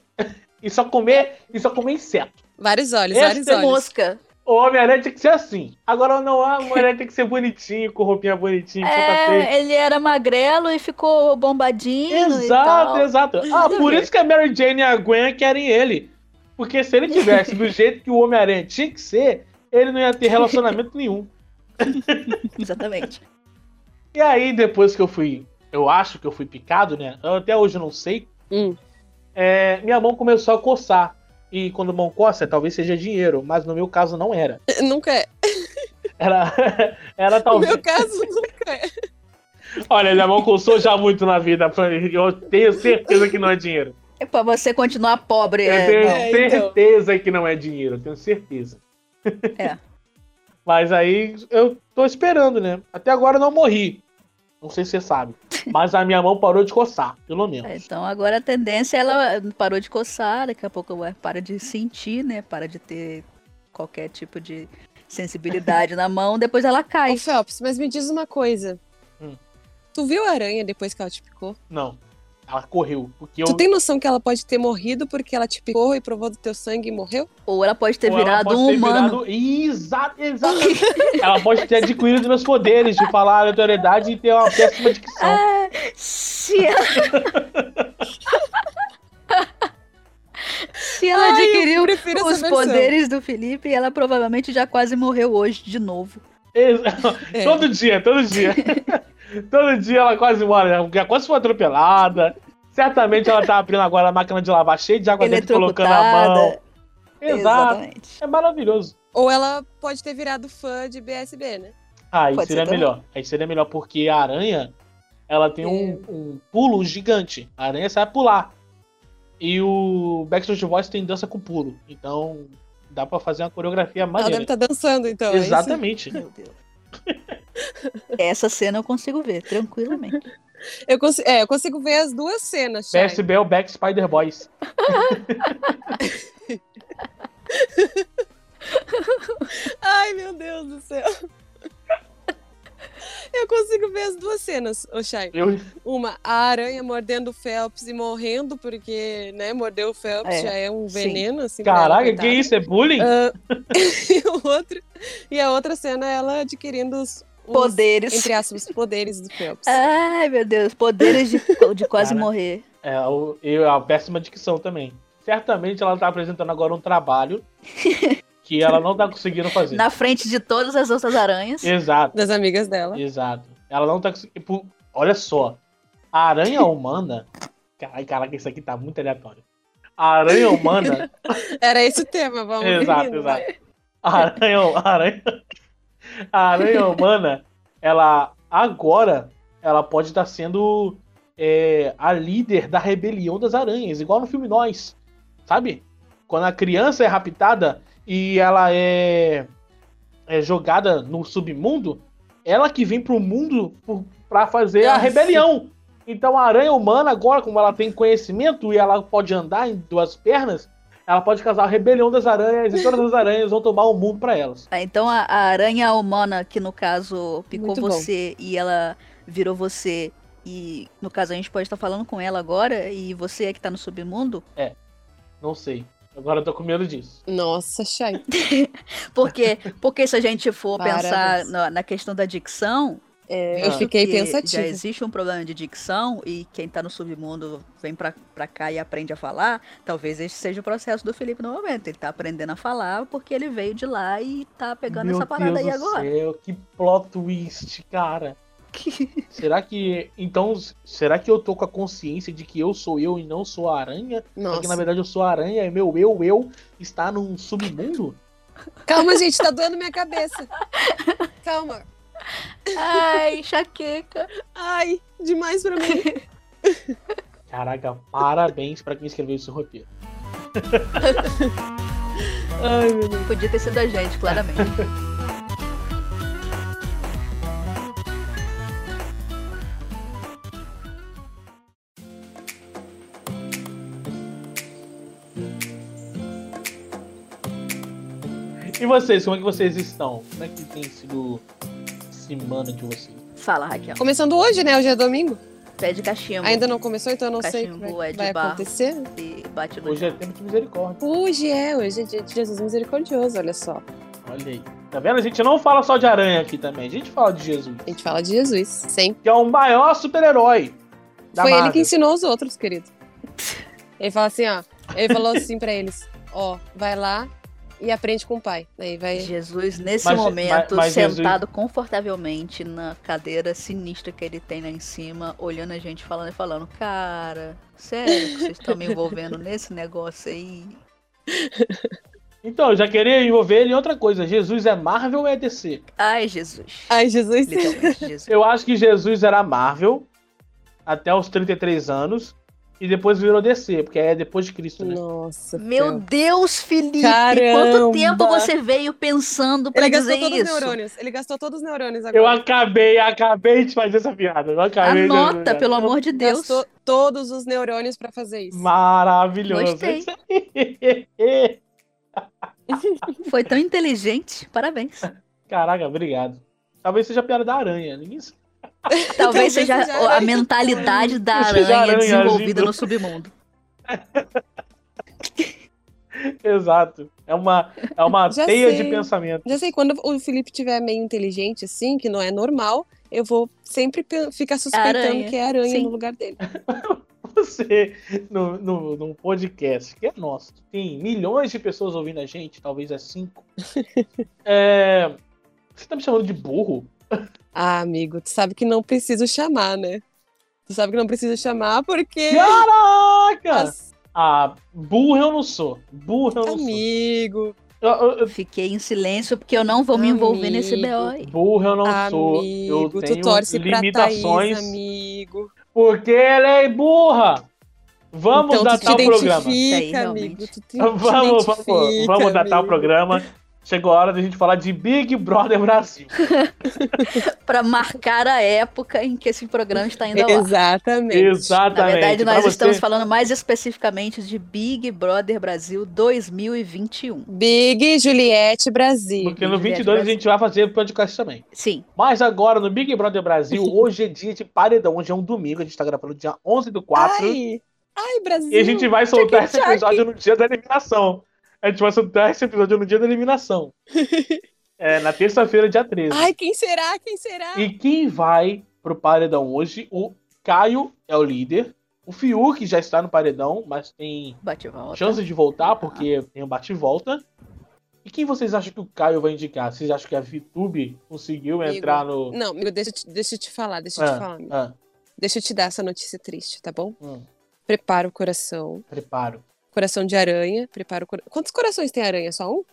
Speaker 2: E só comer, e só comer inseto.
Speaker 3: Vários olhos,
Speaker 2: Essa
Speaker 3: vários
Speaker 2: é
Speaker 3: olhos.
Speaker 4: Mosca.
Speaker 2: O Homem-Aranha tinha que ser assim. Agora não, o Homem-Aranha tem que ser bonitinho, com roupinha bonitinha, puta feia.
Speaker 4: É, ele era magrelo e ficou bombadinho. e
Speaker 2: Exato,
Speaker 4: tal.
Speaker 2: exato. Ah, por isso que a Mary Jane e a Gwen querem ele. Porque se ele tivesse do jeito que o Homem-Aranha tinha que ser, ele não ia ter relacionamento nenhum.
Speaker 4: Exatamente.
Speaker 2: E aí, depois que eu fui. Eu acho que eu fui picado, né? Eu até hoje não sei.
Speaker 3: Hum.
Speaker 2: É, minha mão começou a coçar. E quando mão coça, talvez seja dinheiro, mas no meu caso não era.
Speaker 3: Nunca é.
Speaker 2: Era, era
Speaker 3: No
Speaker 2: talvez.
Speaker 3: meu caso, nunca é.
Speaker 2: Olha, minha mão coçou já muito na vida. Eu tenho certeza que não é dinheiro.
Speaker 4: É pra você continuar pobre.
Speaker 2: Eu
Speaker 4: é,
Speaker 2: tenho
Speaker 4: não.
Speaker 3: É, então.
Speaker 2: certeza que não é dinheiro, eu tenho certeza.
Speaker 4: É.
Speaker 2: Mas aí eu tô esperando, né? Até agora eu não morri. Não sei se você sabe. Mas a minha mão parou de coçar, pelo menos.
Speaker 4: É, Então agora a tendência, ela parou de coçar, daqui a pouco ué, para de sentir, né? Para de ter qualquer tipo de sensibilidade na mão, depois ela cai.
Speaker 3: Ô, Phelps, mas me diz uma coisa.
Speaker 2: Hum.
Speaker 3: Tu viu a aranha depois que ela te picou?
Speaker 2: Não. Ela correu. Porque eu.
Speaker 3: Tu tem noção que ela pode ter morrido porque ela te picou e provou do teu sangue e morreu?
Speaker 4: Ou ela pode ter
Speaker 2: Ou ela
Speaker 4: virado
Speaker 2: pode
Speaker 4: um
Speaker 2: ter
Speaker 4: humano.
Speaker 2: virado- Exa- Exatamente. ela pode ter adquirido meus poderes de falar a autoridade e ter uma péssima dicção.
Speaker 4: É. Se ela... Se ela
Speaker 3: Ai, eu
Speaker 4: adquiriu
Speaker 3: prefiro essa
Speaker 4: os
Speaker 3: versão.
Speaker 4: poderes do Felipe, ela provavelmente já quase morreu hoje de novo.
Speaker 2: Exa-
Speaker 3: É.
Speaker 2: Todo dia, todo dia. todo dia ela quase mora, né? Ela quase foi atropelada. Certamente ela tá abrindo agora a máquina de lavar cheia de
Speaker 4: é
Speaker 2: água dentro, colocando a mão.
Speaker 4: Eletrocutada.
Speaker 2: Exato.
Speaker 4: Exatamente.
Speaker 2: É maravilhoso.
Speaker 3: Ou ela pode ter virado fã de BSB, né?
Speaker 2: Ah, aí
Speaker 4: Pode ser
Speaker 2: seria
Speaker 4: também.
Speaker 2: melhor. Aí seria melhor, porque a aranha, ela tem um, um pulo gigante. A aranha sabe pular. E o Backstreet Boys tem dança com pulo. Então, dá pra fazer uma coreografia
Speaker 3: Ela
Speaker 2: maneira.
Speaker 3: deve estar dançando, então. é isso?
Speaker 2: Exatamente.
Speaker 4: Meu Deus. Essa cena eu consigo ver, tranquilamente.
Speaker 3: Eu consigo, é, eu consigo ver as duas cenas. Chay.
Speaker 2: PSB é o Back Spider Boys.
Speaker 3: Ai, meu Deus do céu. Eu consigo ver as duas cenas, Oxai.
Speaker 2: Eu,
Speaker 3: Uma, a aranha mordendo o Phelps e morrendo, porque, né, mordeu o Phelps
Speaker 4: É,
Speaker 3: já é um
Speaker 4: sim.
Speaker 3: veneno, assim. pra ela,
Speaker 2: caraca, que
Speaker 3: coitada.
Speaker 2: isso? É bullying?
Speaker 3: Ah, e, o outro, e a outra cena, é ela adquirindo os, os,
Speaker 4: Poderes. É.
Speaker 3: entre aspas, poderes do Phelps.
Speaker 4: Ai, meu Deus, poderes de, de quase
Speaker 2: Cara.
Speaker 4: morrer.
Speaker 2: É, o, e a péssima dicção também. Certamente ela tá apresentando agora um trabalho que ela não tá conseguindo fazer.
Speaker 4: Na frente de todas as outras aranhas.
Speaker 2: Exato,
Speaker 3: Das amigas dela.
Speaker 2: exato. Ela não tá conseguindo. pu- Olha só. A aranha humana. Caralho, caraca, isso aqui tá muito aleatório. A aranha humana.
Speaker 3: Era esse o tema, vamos né?
Speaker 2: exato,
Speaker 3: seguindo,
Speaker 2: exato.
Speaker 3: vai.
Speaker 2: A aranha, a aranha. A aranha humana, ela agora ela pode estar sendo é, a líder da rebelião das aranhas, igual no filme Nós. Sabe? Quando a criança é raptada e ela é, é jogada no submundo, ela que vem pro mundo por- pra fazer a
Speaker 3: Nossa.
Speaker 2: rebelião. Então a aranha humana agora, como ela tem conhecimento e ela pode andar em duas pernas, ela pode casar a rebelião das aranhas e todas as aranhas vão tomar o mundo pra elas.
Speaker 4: Ah, Então a, a aranha humana, que no caso picou
Speaker 3: Muito bom.
Speaker 4: você e ela virou você, e no caso a gente pode estar falando com ela agora, e você é que tá no submundo,
Speaker 2: Não sei. Agora eu tô com medo disso.
Speaker 3: Nossa, Chay.
Speaker 4: porque, porque se a gente for
Speaker 3: Parabéns.
Speaker 4: pensar na, na questão da dicção. é,
Speaker 3: Eu fiquei
Speaker 4: que
Speaker 3: pensativa.
Speaker 4: Já existe um problema de dicção e quem tá no submundo vem pra, pra cá e aprende a falar. Talvez esse seja o processo do Felipe no momento. Ele tá aprendendo a falar porque ele veio de lá e tá pegando
Speaker 2: Meu
Speaker 4: essa parada
Speaker 2: Deus
Speaker 4: aí
Speaker 2: do
Speaker 4: agora.
Speaker 2: Céu, que plot twist, cara. será que. Então, será que eu tô com a consciência de que eu sou eu e não sou a aranha? Só que na
Speaker 3: Nossa.
Speaker 2: verdade eu sou a aranha e meu eu, eu está num submundo?
Speaker 3: Calma, gente, tá doendo minha cabeça. Calma.
Speaker 4: Ai, enxaqueca.
Speaker 3: Ai, demais pra mim.
Speaker 2: Caraca, parabéns pra quem escreveu esse roteiro.
Speaker 3: Ai, meu Deus.
Speaker 4: Podia ter sido a gente, claramente.
Speaker 2: E vocês, como é que vocês estão? Como é que tem sido semana de vocês?
Speaker 4: Fala, Raquel.
Speaker 3: Começando hoje, né? Hoje é domingo.
Speaker 4: Pé de cachimbo.
Speaker 3: Ainda não começou, então eu não sei o
Speaker 4: Tá Cachimbo
Speaker 3: que vai,
Speaker 4: é de
Speaker 3: vai
Speaker 4: barro.
Speaker 3: acontecer.
Speaker 4: E bate no
Speaker 2: Hoje é tempo de misericórdia.
Speaker 3: Hoje é, hoje é dia de Jesus misericordioso, olha só.
Speaker 2: Olha aí. Tá vendo? A gente não fala só de aranha aqui também. A gente fala de Jesus,
Speaker 3: A gente fala de Jesus, sempre.
Speaker 2: que é o maior super-herói da
Speaker 3: Foi
Speaker 2: Marvel.
Speaker 3: ele que ensinou os outros, querido. Ele fala assim, ó. Ele falou assim pra eles: ó, vai lá, e aprende com o pai. Aí vai.
Speaker 4: Jesus, nesse
Speaker 2: Mas-
Speaker 4: momento,
Speaker 2: mas- mas Jesus-
Speaker 4: sentado confortavelmente na cadeira sinistra que ele tem lá em cima, olhando a gente falando e falando, cara, sério que vocês estão me envolvendo nesse negócio aí?
Speaker 2: Então, eu já queria envolver ele em outra coisa. Jesus é Marvel ou é DC?
Speaker 4: Ai, Jesus.
Speaker 3: Ai, Jesus.
Speaker 4: Literalmente, Jesus.
Speaker 2: Eu acho que Jesus era Marvel até os 33 anos e depois virou DC, porque é depois de Cristo, né?
Speaker 3: Nossa.
Speaker 4: Meu Deus, Felipe,
Speaker 3: Caramba.
Speaker 4: quanto tempo você veio pensando pra
Speaker 3: Ele
Speaker 4: dizer
Speaker 3: gastou todos os
Speaker 4: isso?
Speaker 3: neurônios. Ele gastou todos os neurônios
Speaker 2: Eu
Speaker 3: agora.
Speaker 2: acabei, acabei de fazer essa piada. Eu acabei de fazer essa
Speaker 4: Anota,
Speaker 2: piada.
Speaker 4: pelo amor de Deus.
Speaker 3: Gastou todos os neurônios pra fazer isso.
Speaker 2: Maravilhoso.
Speaker 4: Gostei.
Speaker 2: Isso aí.
Speaker 4: Foi tão inteligente, parabéns.
Speaker 2: Caraca, obrigado. Talvez seja a piada da aranha. Ninguém sabe.
Speaker 4: Talvez seja
Speaker 3: seja a
Speaker 4: a
Speaker 3: aranha.
Speaker 4: mentalidade da
Speaker 2: Seja a
Speaker 4: aranha
Speaker 2: aranha
Speaker 4: desenvolvida
Speaker 2: agindo.
Speaker 4: no submundo.
Speaker 2: Exato. É uma, é uma
Speaker 3: Já
Speaker 2: teia
Speaker 3: sei.
Speaker 2: de pensamento.
Speaker 3: Já sei, quando o Felipe tiver meio inteligente, assim, que não é normal, eu vou sempre pe- ficar suspeitando
Speaker 4: Aranha.
Speaker 3: que é aranha
Speaker 4: Sim.
Speaker 3: no lugar dele.
Speaker 2: Você, no, no, num podcast que é nosso, que tem milhões de pessoas ouvindo a gente, talvez é cinco. É, você tá me chamando de burro?
Speaker 3: Ah, amigo, tu sabe que não preciso chamar, né? Tu sabe que não preciso chamar porque.
Speaker 2: Caraca!
Speaker 3: Nossa,
Speaker 2: Ah, burro eu não sou. Burro eu não sou.
Speaker 3: amigo.
Speaker 2: Eu- eu- eu-
Speaker 4: Fiquei em silêncio porque eu não vou me envolver nesse
Speaker 3: Amigo.
Speaker 4: BO aí.
Speaker 2: burro eu não sou. Eu
Speaker 3: Amigo, tu
Speaker 2: tenho
Speaker 3: torce pra Thaís,
Speaker 2: limitações
Speaker 3: amigo.
Speaker 2: porque ela é burra. Vamos
Speaker 3: então, tu te
Speaker 2: datar o
Speaker 3: identifica,
Speaker 2: programa.
Speaker 4: Thaís,
Speaker 3: amigo.
Speaker 4: realmente.
Speaker 3: Tu te,
Speaker 2: Vamos,
Speaker 3: te
Speaker 2: vamos,
Speaker 3: identifica,
Speaker 2: vamos datar o
Speaker 3: amigo.
Speaker 2: programa. Chegou a hora da gente falar de Big Brother Brasil.
Speaker 4: Pra marcar a época em que esse programa está indo ao ar.
Speaker 3: Exatamente.
Speaker 2: Exatamente.
Speaker 4: Na verdade,
Speaker 2: Pra
Speaker 4: nós
Speaker 2: você-
Speaker 4: estamos falando mais especificamente de Big Brother Brasil 2021.
Speaker 3: Big Juliette Brasil.
Speaker 2: Porque no
Speaker 4: Big Brother
Speaker 2: 22 a
Speaker 4: Brasil.
Speaker 2: gente vai fazer podcast também.
Speaker 4: Sim,
Speaker 2: Mas agora, no Big Brother Brasil, hoje é dia de paredão. Hoje é um domingo, a gente tá gravando dia 11 do 4.
Speaker 3: Ai, ai, Brasil.
Speaker 2: e a gente vai soltar
Speaker 3: tchac,
Speaker 2: esse
Speaker 3: tchac.
Speaker 2: episódio no dia da eliminação. A gente vai soltar esse episódio no dia da eliminação. é, na terça-feira, dia 13.
Speaker 3: Ai, quem será? Quem será?
Speaker 2: E quem vai pro paredão hoje? O Caio é o líder. O Fiuk já está no paredão, mas tem
Speaker 4: bate e volta.
Speaker 2: chance de voltar, porque tem um bate e volta. E quem vocês acham que o Caio vai indicar? Vocês acham que a VTube conseguiu
Speaker 3: Amigo. Hum.
Speaker 2: entrar no.
Speaker 3: Não, amigo, deixa eu te, deixa eu te falar, deixa eu
Speaker 2: Ah,
Speaker 3: te falar. amigo.
Speaker 2: ah,
Speaker 3: Deixa eu te dar essa notícia triste, tá bom?
Speaker 2: hum,
Speaker 3: Prepara o coração.
Speaker 2: preparo.
Speaker 3: Coração de aranha, prepara o coração. Quantos corações tem aranha? Só um?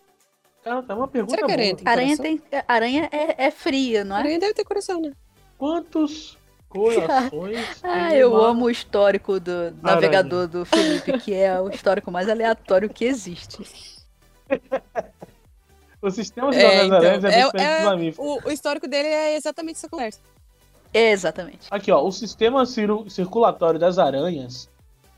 Speaker 2: Cara, tá uma pergunta
Speaker 3: Será que a aranha
Speaker 2: boa.
Speaker 3: tem
Speaker 4: Aranha,
Speaker 3: coração?
Speaker 4: tem, aranha é, é fria, não é?
Speaker 3: Aranha deve ter coração, né?
Speaker 2: Quantos corações.
Speaker 4: Ah,
Speaker 2: tem
Speaker 4: eu
Speaker 2: uma-
Speaker 4: amo o histórico do navegador do Felipe, que é o histórico mais aleatório que existe.
Speaker 2: O sistema de
Speaker 3: É,
Speaker 2: é,
Speaker 3: então,
Speaker 2: aranhas é,
Speaker 3: é-
Speaker 2: diferente
Speaker 3: é-
Speaker 2: dos mamíferos.
Speaker 3: O, o histórico dele é exatamente essa conversa.
Speaker 4: Exatamente.
Speaker 2: Aqui, ó. O sistema ciru- circulatório das aranhas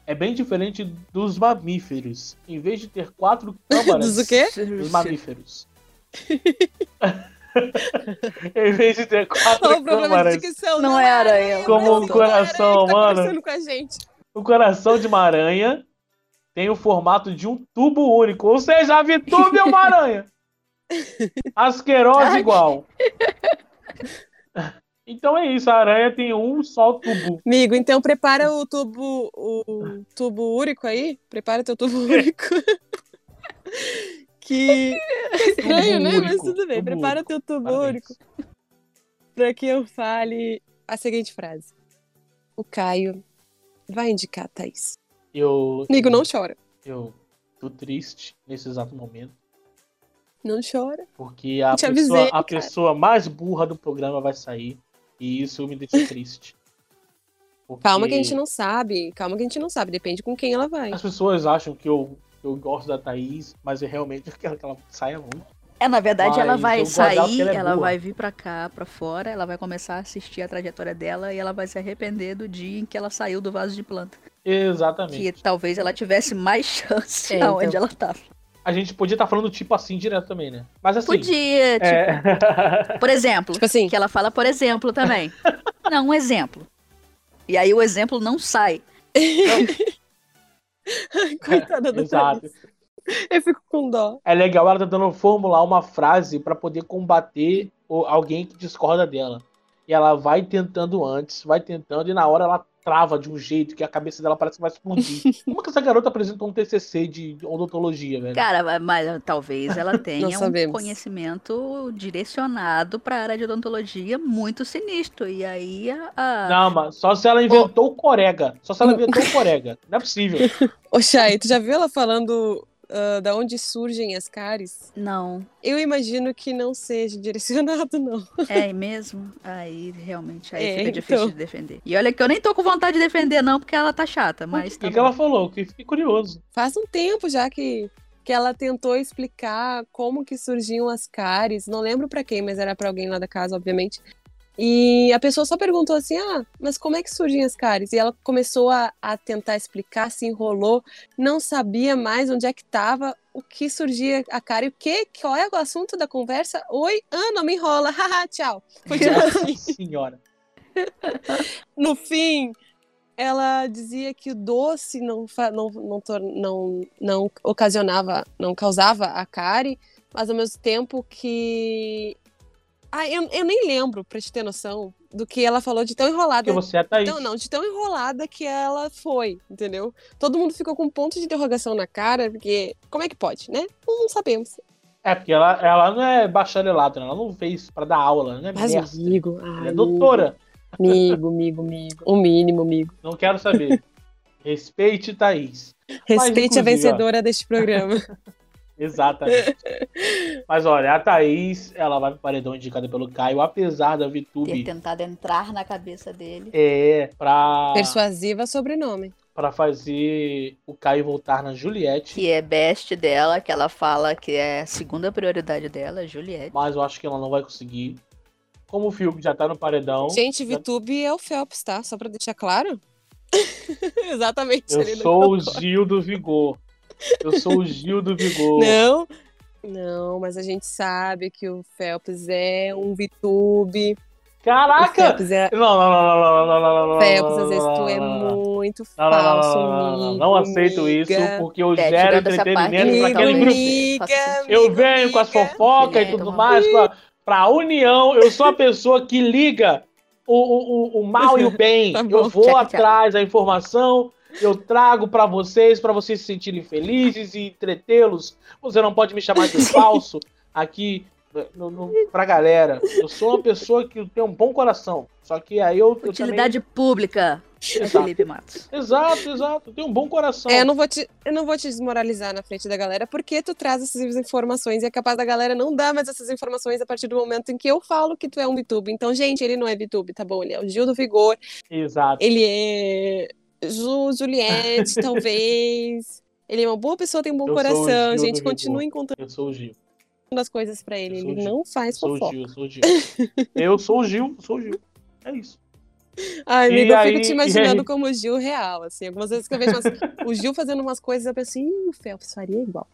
Speaker 2: é bem diferente dos mamíferos. Em vez de ter quatro câmaras.
Speaker 3: Dos o quê?
Speaker 2: Dos mamíferos. em vez de ter quatro
Speaker 3: Olha o problema é de
Speaker 2: câmaras,
Speaker 3: dicção.
Speaker 4: Não é aranha.
Speaker 2: Como
Speaker 3: não
Speaker 2: um
Speaker 3: é aranha
Speaker 2: coração
Speaker 3: que tá
Speaker 2: humano.
Speaker 3: conversando com a gente.
Speaker 2: o um coração de uma aranha tem o formato de um tubo único. Ou seja, a Vitube é uma aranha. Asquerosa
Speaker 4: Ai.
Speaker 2: igual. Então é isso, a aranha tem um só tubo.
Speaker 3: Amigo, então prepara o tubo,
Speaker 2: Ah.
Speaker 3: o tubo úrico aí. Prepara teu tubo
Speaker 2: É.
Speaker 3: úrico. que é estranho,
Speaker 2: Tubo
Speaker 3: né? Mas
Speaker 2: úrico,
Speaker 3: tudo bem.
Speaker 2: tubo
Speaker 3: prepara teu tubo
Speaker 2: Parabéns.
Speaker 3: úrico para que eu fale a seguinte frase. O Caio vai indicar a Thaís.
Speaker 2: Eu,
Speaker 3: Amigo, não chora.
Speaker 2: eu tô triste nesse exato momento.
Speaker 3: Não chora.
Speaker 2: Porque a,
Speaker 3: Eu te
Speaker 2: pessoa,
Speaker 3: avisei,
Speaker 2: a
Speaker 3: cara.
Speaker 2: pessoa mais burra do programa vai sair. E isso me deixa triste. Porque
Speaker 3: Calma que a gente não sabe. Calma que a gente não sabe. Depende com quem ela vai.
Speaker 2: As pessoas acham que eu, que eu gosto da Thaís, mas eu realmente quero que ela saia muito.
Speaker 4: É, na verdade,
Speaker 2: Mas
Speaker 4: ela
Speaker 2: eu
Speaker 4: vai
Speaker 2: gosto dela porque
Speaker 4: sair,
Speaker 2: ela é
Speaker 4: ela
Speaker 2: boa.
Speaker 4: vai vir pra cá, pra fora, ela vai começar a assistir a trajetória dela e ela vai se arrepender do dia em que ela saiu do vaso de planta. Que
Speaker 2: Exatamente.
Speaker 4: talvez ela tivesse mais chance
Speaker 3: É, então.
Speaker 4: aonde ela tá. tava.
Speaker 2: A gente podia estar falando tipo assim direto também, né? Mas assim.
Speaker 4: Podia, tipo,
Speaker 2: é,
Speaker 4: por exemplo.
Speaker 3: Tipo assim,
Speaker 4: Que ela fala, por exemplo, também. Não, um exemplo. E aí o exemplo não sai.
Speaker 3: coitada do
Speaker 2: é, Exato.
Speaker 3: Thaís. Eu fico com dó.
Speaker 2: é legal ela tentando formular uma frase pra poder combater o- alguém que discorda dela. E ela vai tentando antes, vai tentando, e na hora ela trava de um jeito que a cabeça dela parece que vai explodir. Como que essa garota apresentou um TCC de odontologia, velho?
Speaker 4: Cara, mas, mas talvez ela tenha um
Speaker 3: sabemos.
Speaker 4: conhecimento direcionado para a área de odontologia muito sinistro. E aí a. a-
Speaker 2: Não, mas só se ela inventou o corega. Só se ela inventou o corega. Não é possível.
Speaker 3: Ô, Chay, tu já viu ela falando ah, da onde surgem as cáries?
Speaker 4: Não.
Speaker 3: Eu imagino que não seja direcionado, não.
Speaker 4: É mesmo? Aí realmente aí
Speaker 3: É,
Speaker 4: fica difícil
Speaker 3: então.
Speaker 4: de defender. E olha que eu nem tô com vontade de defender, não, porque ela tá chata, mas.
Speaker 2: o
Speaker 4: tá
Speaker 2: que, que ela
Speaker 4: bom.
Speaker 2: falou? Que fiquei curioso.
Speaker 3: Faz um tempo já que, que ela tentou explicar como que surgiam as cáries. Não lembro pra quem, mas era pra alguém lá da casa, obviamente. E a pessoa só perguntou assim: ah, mas como é que surgem as cáries? E ela começou a, a tentar explicar, se enrolou, não sabia mais onde é que tava, o que surgia a cárie, o que, qual é o assunto da conversa. Oi, ah, não me enrola, haha, tchau. Continua assim.
Speaker 2: tipo, Nossa senhora.
Speaker 3: no fim, ela dizia que o doce não, fa- não, não, tor- não, não ocasionava, não causava a cárie, mas ao mesmo tempo que. Ah, eu, eu nem lembro, pra te ter noção, do que ela falou de tão enrolada.
Speaker 2: Porque
Speaker 4: Então
Speaker 2: você é a Thaís.
Speaker 3: Não, não, de tão enrolada que ela foi, entendeu? Todo mundo ficou com um ponto de interrogação na cara, porque como é que pode, né? Não, não sabemos.
Speaker 2: É, porque ela, ela não é bacharelada, né? ela não fez pra dar aula, né?
Speaker 3: Mas,
Speaker 2: mestre.
Speaker 3: amigo.
Speaker 2: Ela é
Speaker 3: ai,
Speaker 2: doutora.
Speaker 3: Amigo, amigo, amigo. O mínimo, amigo.
Speaker 2: Não quero saber. Respeite Thaís.
Speaker 3: Respeite
Speaker 2: inclusive, ó.
Speaker 3: a vencedora deste programa.
Speaker 2: Exatamente. Mas olha, a Thaís, ela vai pro paredão indicada pelo Caio, apesar da
Speaker 4: Ter
Speaker 2: VTube
Speaker 4: tentado entrar na cabeça dele.
Speaker 2: é pra,
Speaker 3: Persuasiva sobrenome.
Speaker 2: pra fazer o Caio voltar na Juliette.
Speaker 4: Que é best dela, que ela fala que é a segunda prioridade dela, Juliette.
Speaker 2: Mas eu acho que ela não vai conseguir. Como o Fiuk já tá no paredão,
Speaker 3: Gente, VTube é o Phelps, tá? Só pra deixar claro. Exatamente.
Speaker 2: eu
Speaker 3: ele não-
Speaker 2: sou o Gil do Vigor. Eu sou o Gil do Vigor.
Speaker 3: Não. Não, mas a gente sabe que o Phelps é um VTube. O
Speaker 2: Caraca!
Speaker 3: Phelps é.
Speaker 2: Não, não, não, não, não, não, não, não, não.
Speaker 3: Phelps, às vezes tu é
Speaker 2: não, não, não.
Speaker 3: muito
Speaker 2: Não, não, não, não,
Speaker 3: falso,
Speaker 2: não, não, não,
Speaker 3: amigo,
Speaker 2: não aceito isso,
Speaker 3: amiga.
Speaker 2: porque eu
Speaker 4: É,
Speaker 2: gero
Speaker 4: tirando essa parte,
Speaker 2: entretenimento pra
Speaker 4: amigo,
Speaker 2: aquele grupo.
Speaker 4: grupo.
Speaker 3: amiga,
Speaker 2: Eu
Speaker 3: amigo,
Speaker 2: venho com as
Speaker 3: amiga.
Speaker 2: fofocas
Speaker 4: É,
Speaker 2: e tudo
Speaker 4: toma.
Speaker 2: mais pra, pra união. Eu sou a pessoa que liga o, o, o, o mal e o bem.
Speaker 3: Tá bom.
Speaker 2: eu vou
Speaker 4: Tchaca, tchaca.
Speaker 2: atrás da informação. Eu trago pra vocês, pra vocês se sentirem felizes e entretê-los. Você não pode me chamar de falso aqui no, no, pra galera. Eu sou uma pessoa que tem um bom coração. Só que aí eu, eu também...
Speaker 4: Utilidade pública, é
Speaker 2: Exato.
Speaker 4: Felipe Matos.
Speaker 2: Exato, exato. Eu tenho um bom coração.
Speaker 3: É, eu não, vou te, eu não vou te desmoralizar na frente da galera, porque tu traz essas informações e é capaz da galera não dar mais essas informações a partir do momento em que eu falo que tu é um VTube. Então, gente, ele não é VTube, tá bom? Ele é o Gil do Vigor,
Speaker 2: Exato.
Speaker 3: ele é Ju, Juliette, talvez. Ele é uma boa pessoa, tem um bom
Speaker 2: Eu sou o Gil
Speaker 3: coração.
Speaker 2: do
Speaker 3: Gente,
Speaker 2: Vigor.
Speaker 3: continuem contando
Speaker 2: Eu sou o Gil.
Speaker 3: as coisas pra ele.
Speaker 2: Eu sou o
Speaker 3: Ele
Speaker 2: Gil.
Speaker 3: não
Speaker 2: Eu
Speaker 3: faz
Speaker 2: sou o
Speaker 3: fofoca.
Speaker 2: Gil, eu sou o Gil. Eu sou o Gil, sou o Gil. É isso.
Speaker 3: Ai,
Speaker 2: E
Speaker 3: amigo, eu
Speaker 2: aí-
Speaker 3: fico te
Speaker 2: e
Speaker 3: imaginando
Speaker 2: aí?
Speaker 3: como o Gil real, assim. Algumas vezes que eu vejo umas- o Gil fazendo umas coisas, eu penso, ih, o Phelps faria igual.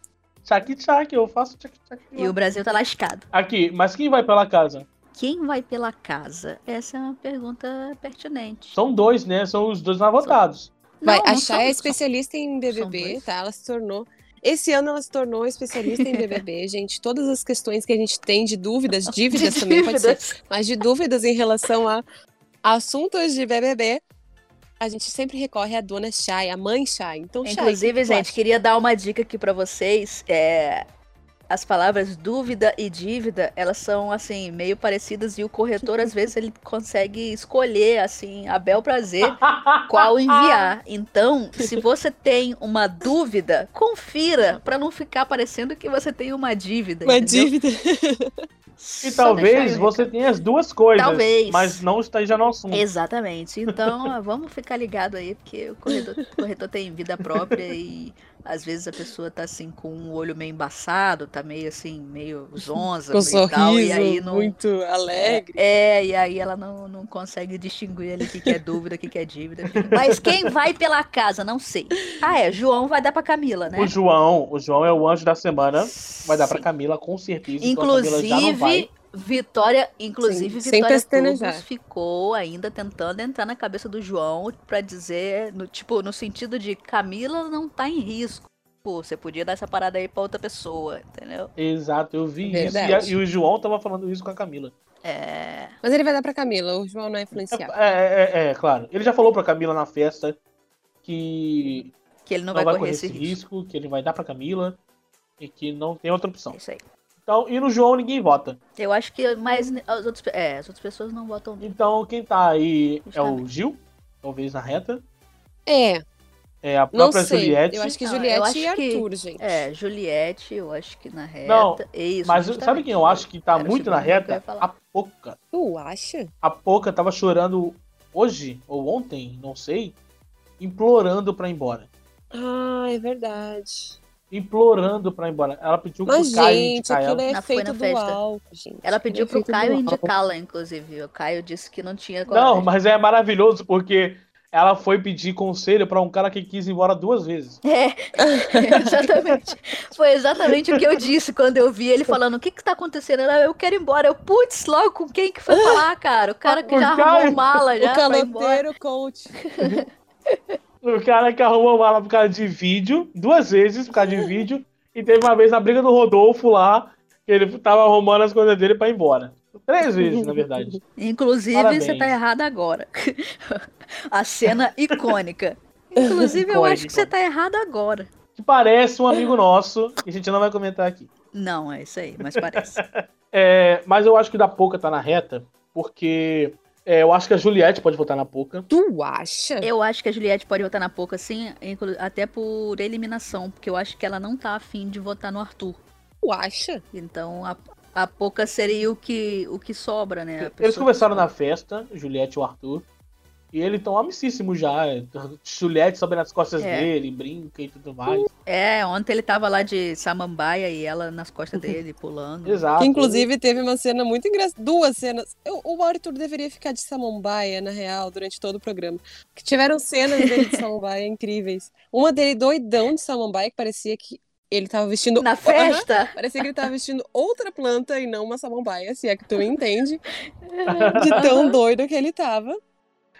Speaker 2: Tchac, tchac, eu faço tchac, tchac.
Speaker 4: E o Brasil tá lascado.
Speaker 2: Aqui, mas quem vai pela casa?
Speaker 4: Quem vai pela casa? Essa é uma pergunta pertinente.
Speaker 2: São dois, né? São os dois mais votados.
Speaker 3: Vai,
Speaker 4: Não,
Speaker 3: a
Speaker 4: não
Speaker 3: Chay
Speaker 4: são-
Speaker 3: é especialista em BBB,
Speaker 4: dois.
Speaker 3: tá? Ela se tornou. Esse ano ela se tornou especialista em BBB, gente. Todas as questões que a gente tem de dúvidas, dívidas
Speaker 4: De
Speaker 3: também pode ser,
Speaker 4: dívidas.
Speaker 3: mas de dúvidas em relação a assuntos de BBB, a gente sempre recorre à dona Chay, à mãe Chay. Então, Chay, o
Speaker 4: Inclusive,
Speaker 3: que tu
Speaker 4: gente,
Speaker 3: acha?
Speaker 4: queria dar uma dica aqui pra vocês. É, as palavras dúvida e dívida, elas são assim meio parecidas e o corretor às vezes ele consegue escolher assim a bel prazer qual enviar. Então, se você tem uma dúvida, confira pra não ficar parecendo que você tem uma dívida.
Speaker 3: uma
Speaker 4: entendeu?
Speaker 3: dívida.
Speaker 2: E
Speaker 4: Só
Speaker 2: talvez
Speaker 4: deixar aí.
Speaker 2: você tenha as duas coisas.
Speaker 4: Talvez.
Speaker 2: Mas não esteja no assunto.
Speaker 4: Exatamente. Então, vamos ficar ligado aí, porque o corretor, o corretor tem vida própria e às vezes a pessoa tá assim com o olho meio embaçado, tá meio assim, meio zonza
Speaker 3: Com um
Speaker 4: meio
Speaker 3: sorriso
Speaker 4: tal, e aí não
Speaker 3: muito alegre.
Speaker 4: É, e aí ela não, não consegue distinguir ali o que, que é dúvida, o que, que é dívida. Mas quem vai pela casa, não sei. Ah, é, João vai dar pra Camila, né?
Speaker 2: O João, o João é o anjo da semana. Vai dar pra
Speaker 4: Sim.
Speaker 2: Camila, com certeza. então a Camila já não vai.
Speaker 4: Inclusive, Vitória, inclusive
Speaker 3: Sim, sem
Speaker 4: Vitória
Speaker 3: pestanejar.
Speaker 4: Cruz ficou ainda tentando entrar na cabeça do João pra dizer, no, tipo, no sentido de Camila não tá em risco. pô, você podia dar essa parada aí pra outra pessoa, entendeu?
Speaker 2: Exato, eu vi
Speaker 3: Verdade.
Speaker 2: isso. E, a- e o João tava falando isso com a Camila.
Speaker 4: É.
Speaker 3: Mas ele vai dar pra Camila, o João não é influenciável.
Speaker 2: É, é, é, é, claro. Ele já falou pra Camila na festa que
Speaker 4: Que ele não,
Speaker 2: não,
Speaker 4: vai, correr esse risco.
Speaker 2: que ele vai dar pra Camila e que não tem outra opção.
Speaker 4: É isso aí.
Speaker 2: Então, e no João ninguém vota.
Speaker 4: Eu acho que mais. As outras, pe- é, as outras pessoas não votam nele.
Speaker 2: Então, quem tá aí é o
Speaker 4: Justamente.
Speaker 2: Gil, talvez na reta.
Speaker 3: É,
Speaker 2: É a
Speaker 3: não
Speaker 2: própria
Speaker 3: sei.
Speaker 2: Juliette.
Speaker 3: Eu acho que
Speaker 4: Não, Ah, eu
Speaker 3: Juliette
Speaker 4: acho
Speaker 3: e
Speaker 4: que-
Speaker 3: Arthur, gente.
Speaker 4: É, Juliette, eu acho que na reta. é
Speaker 2: Não, Mas
Speaker 4: isso,
Speaker 2: sabe
Speaker 4: justamente.
Speaker 2: quem eu acho que tá
Speaker 4: Era o
Speaker 2: muito na
Speaker 4: segundo que eu ia
Speaker 2: reta?
Speaker 4: falar.
Speaker 2: A Poca.
Speaker 3: Tu acha?
Speaker 2: A Poca tava chorando hoje ou ontem, não sei, implorando pra ir embora.
Speaker 3: Ah, é verdade.
Speaker 2: Implorando pra ir embora. Ela pediu pro
Speaker 3: Mas,
Speaker 2: Caio
Speaker 3: gente,
Speaker 2: indicar
Speaker 3: aquilo
Speaker 2: ela.
Speaker 3: é
Speaker 4: Na- foi na
Speaker 3: efeito do
Speaker 4: festa.
Speaker 3: álcool, gente.
Speaker 4: Ela pediu
Speaker 3: É
Speaker 4: pro
Speaker 3: efeito
Speaker 4: Caio
Speaker 3: do álcool.
Speaker 4: indicá-la, inclusive. O Caio disse que não tinha coragem.
Speaker 2: Não, mas é maravilhoso porque ela foi pedir conselho pra um cara que quis ir embora duas vezes.
Speaker 4: exatamente. Foi exatamente o que eu disse quando eu vi ele falando: o que que tá acontecendo? Ela, eu quero ir embora. Eu, putz, logo com quem que foi falar, cara? O cara que
Speaker 2: O
Speaker 4: já
Speaker 2: Caio.
Speaker 4: arrumou mala já.
Speaker 3: O
Speaker 4: foi embora.
Speaker 3: caloteiro coach.
Speaker 2: O cara que arrumou mala por causa de vídeo, duas vezes por causa de vídeo, e teve uma vez na briga do Rodolfo lá, que ele tava arrumando as coisas dele pra ir embora. Três vezes, na verdade.
Speaker 4: Inclusive, você tá
Speaker 2: Parabéns.
Speaker 4: errada agora. A cena icônica. Inclusive, eu acho que
Speaker 2: Icônica.
Speaker 4: você tá errada agora.
Speaker 2: Que parece um amigo nosso, que a gente não vai comentar aqui.
Speaker 4: Não, é isso aí, mas parece.
Speaker 2: É, mas eu acho que da Pouca tá na reta, porque é, eu acho que a Juliette pode votar na Pouca.
Speaker 3: Tu acha?
Speaker 4: Eu acho que a Juliette pode votar na Poca, sim, inclu- até por eliminação, porque eu acho que ela não tá afim de votar no Arthur.
Speaker 3: Tu acha?
Speaker 4: Então a, a Poca seria o que, o que sobra, né? A pessoa
Speaker 2: Eles
Speaker 4: que
Speaker 2: conversaram na
Speaker 4: sobra.
Speaker 2: festa, Juliette e o Arthur. E ele tão amicíssimo já. é, Juliette sobe nas costas
Speaker 4: É.
Speaker 2: dele, brinca e tudo mais.
Speaker 3: Uhum.
Speaker 4: É, ontem ele tava lá de samambaia e ela nas costas
Speaker 2: Uhum.
Speaker 4: dele, pulando.
Speaker 2: Exato.
Speaker 3: Que, inclusive, teve uma cena muito engraçada. Duas cenas. Eu- o Arthur deveria ficar de samambaia, na real, durante todo o programa. Que tiveram cenas dele de samambaia incríveis. Uma dele doidão de samambaia, que parecia que ele tava vestindo...
Speaker 2: Uhum.
Speaker 4: Na festa?
Speaker 3: Parecia que ele tava vestindo outra planta e não uma samambaia, se é que tu me entende. De tão doido que ele tava.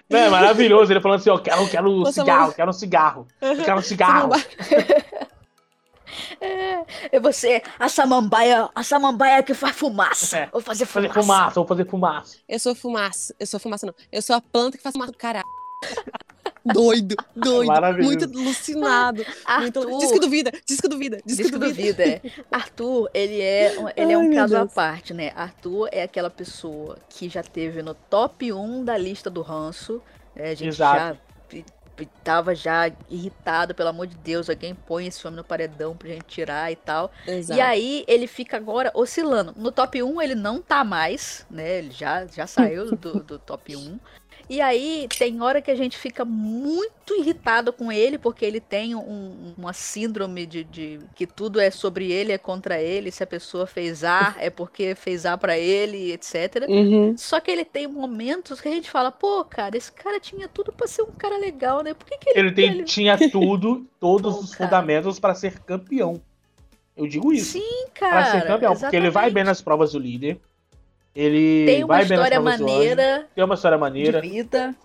Speaker 2: Não, é maravilhoso. Ele falando assim: ó, quero, quero um
Speaker 3: Nossa,
Speaker 2: cigarro,
Speaker 3: mas-
Speaker 2: quero um cigarro, eu quero um cigarro.
Speaker 3: Samambaia.
Speaker 4: E você, a samambaia, a samambaia que faz fumaça.
Speaker 2: É.
Speaker 4: Vou fazer
Speaker 2: Vou
Speaker 4: fumaça.
Speaker 2: fazer fumaça, vou fazer fumaça.
Speaker 3: Eu sou fumaça. Eu sou fumaça, não. Eu sou a planta que faz fumaça. Caralho. Doido, doido,
Speaker 2: Maravilhoso.
Speaker 3: muito alucinado.
Speaker 4: Ah, Arthur,
Speaker 3: Muito... Então, Diz que duvida, diz que duvida, diz,
Speaker 4: Diz que duvida. é. Arthur, ele é, um- ele
Speaker 3: Ai,
Speaker 4: é um
Speaker 3: meu
Speaker 4: caso à
Speaker 3: Deus.
Speaker 4: parte, né? Arthur é aquela pessoa que já teve no top 1 da lista do ranço. É, a gente
Speaker 2: Exato.
Speaker 4: já pi- pi- tava já irritado, pelo amor de Deus, alguém põe esse homem no paredão pra gente tirar e tal.
Speaker 3: Exato.
Speaker 4: E aí ele fica agora oscilando. No top 1 ele não tá mais, né? Ele já, já saiu do, do top 1. E aí tem hora que a gente fica muito irritado com ele, porque ele tem um- uma síndrome de, de que tudo é sobre ele, é contra ele, se a pessoa fez A, é porque fez A pra ele, etc.
Speaker 3: Uhum.
Speaker 4: Só que ele tem momentos que a gente fala, pô, cara, esse cara tinha tudo pra ser um cara legal, né? Por que, que ele,
Speaker 2: Ele tem, tinha tudo, todos
Speaker 4: Pô,
Speaker 2: os
Speaker 4: cara.
Speaker 2: fundamentos pra ser campeão. Eu digo isso.
Speaker 4: Sim,
Speaker 2: Pra
Speaker 4: cara.
Speaker 2: ser campeão, porque ele vai
Speaker 4: exatamente.
Speaker 2: bem nas provas do líder. Ele
Speaker 4: Tem uma
Speaker 2: vai bem nas
Speaker 4: história
Speaker 2: provas do anjo,
Speaker 4: maneira
Speaker 2: Tem uma história
Speaker 4: de
Speaker 2: maneira.
Speaker 4: vida.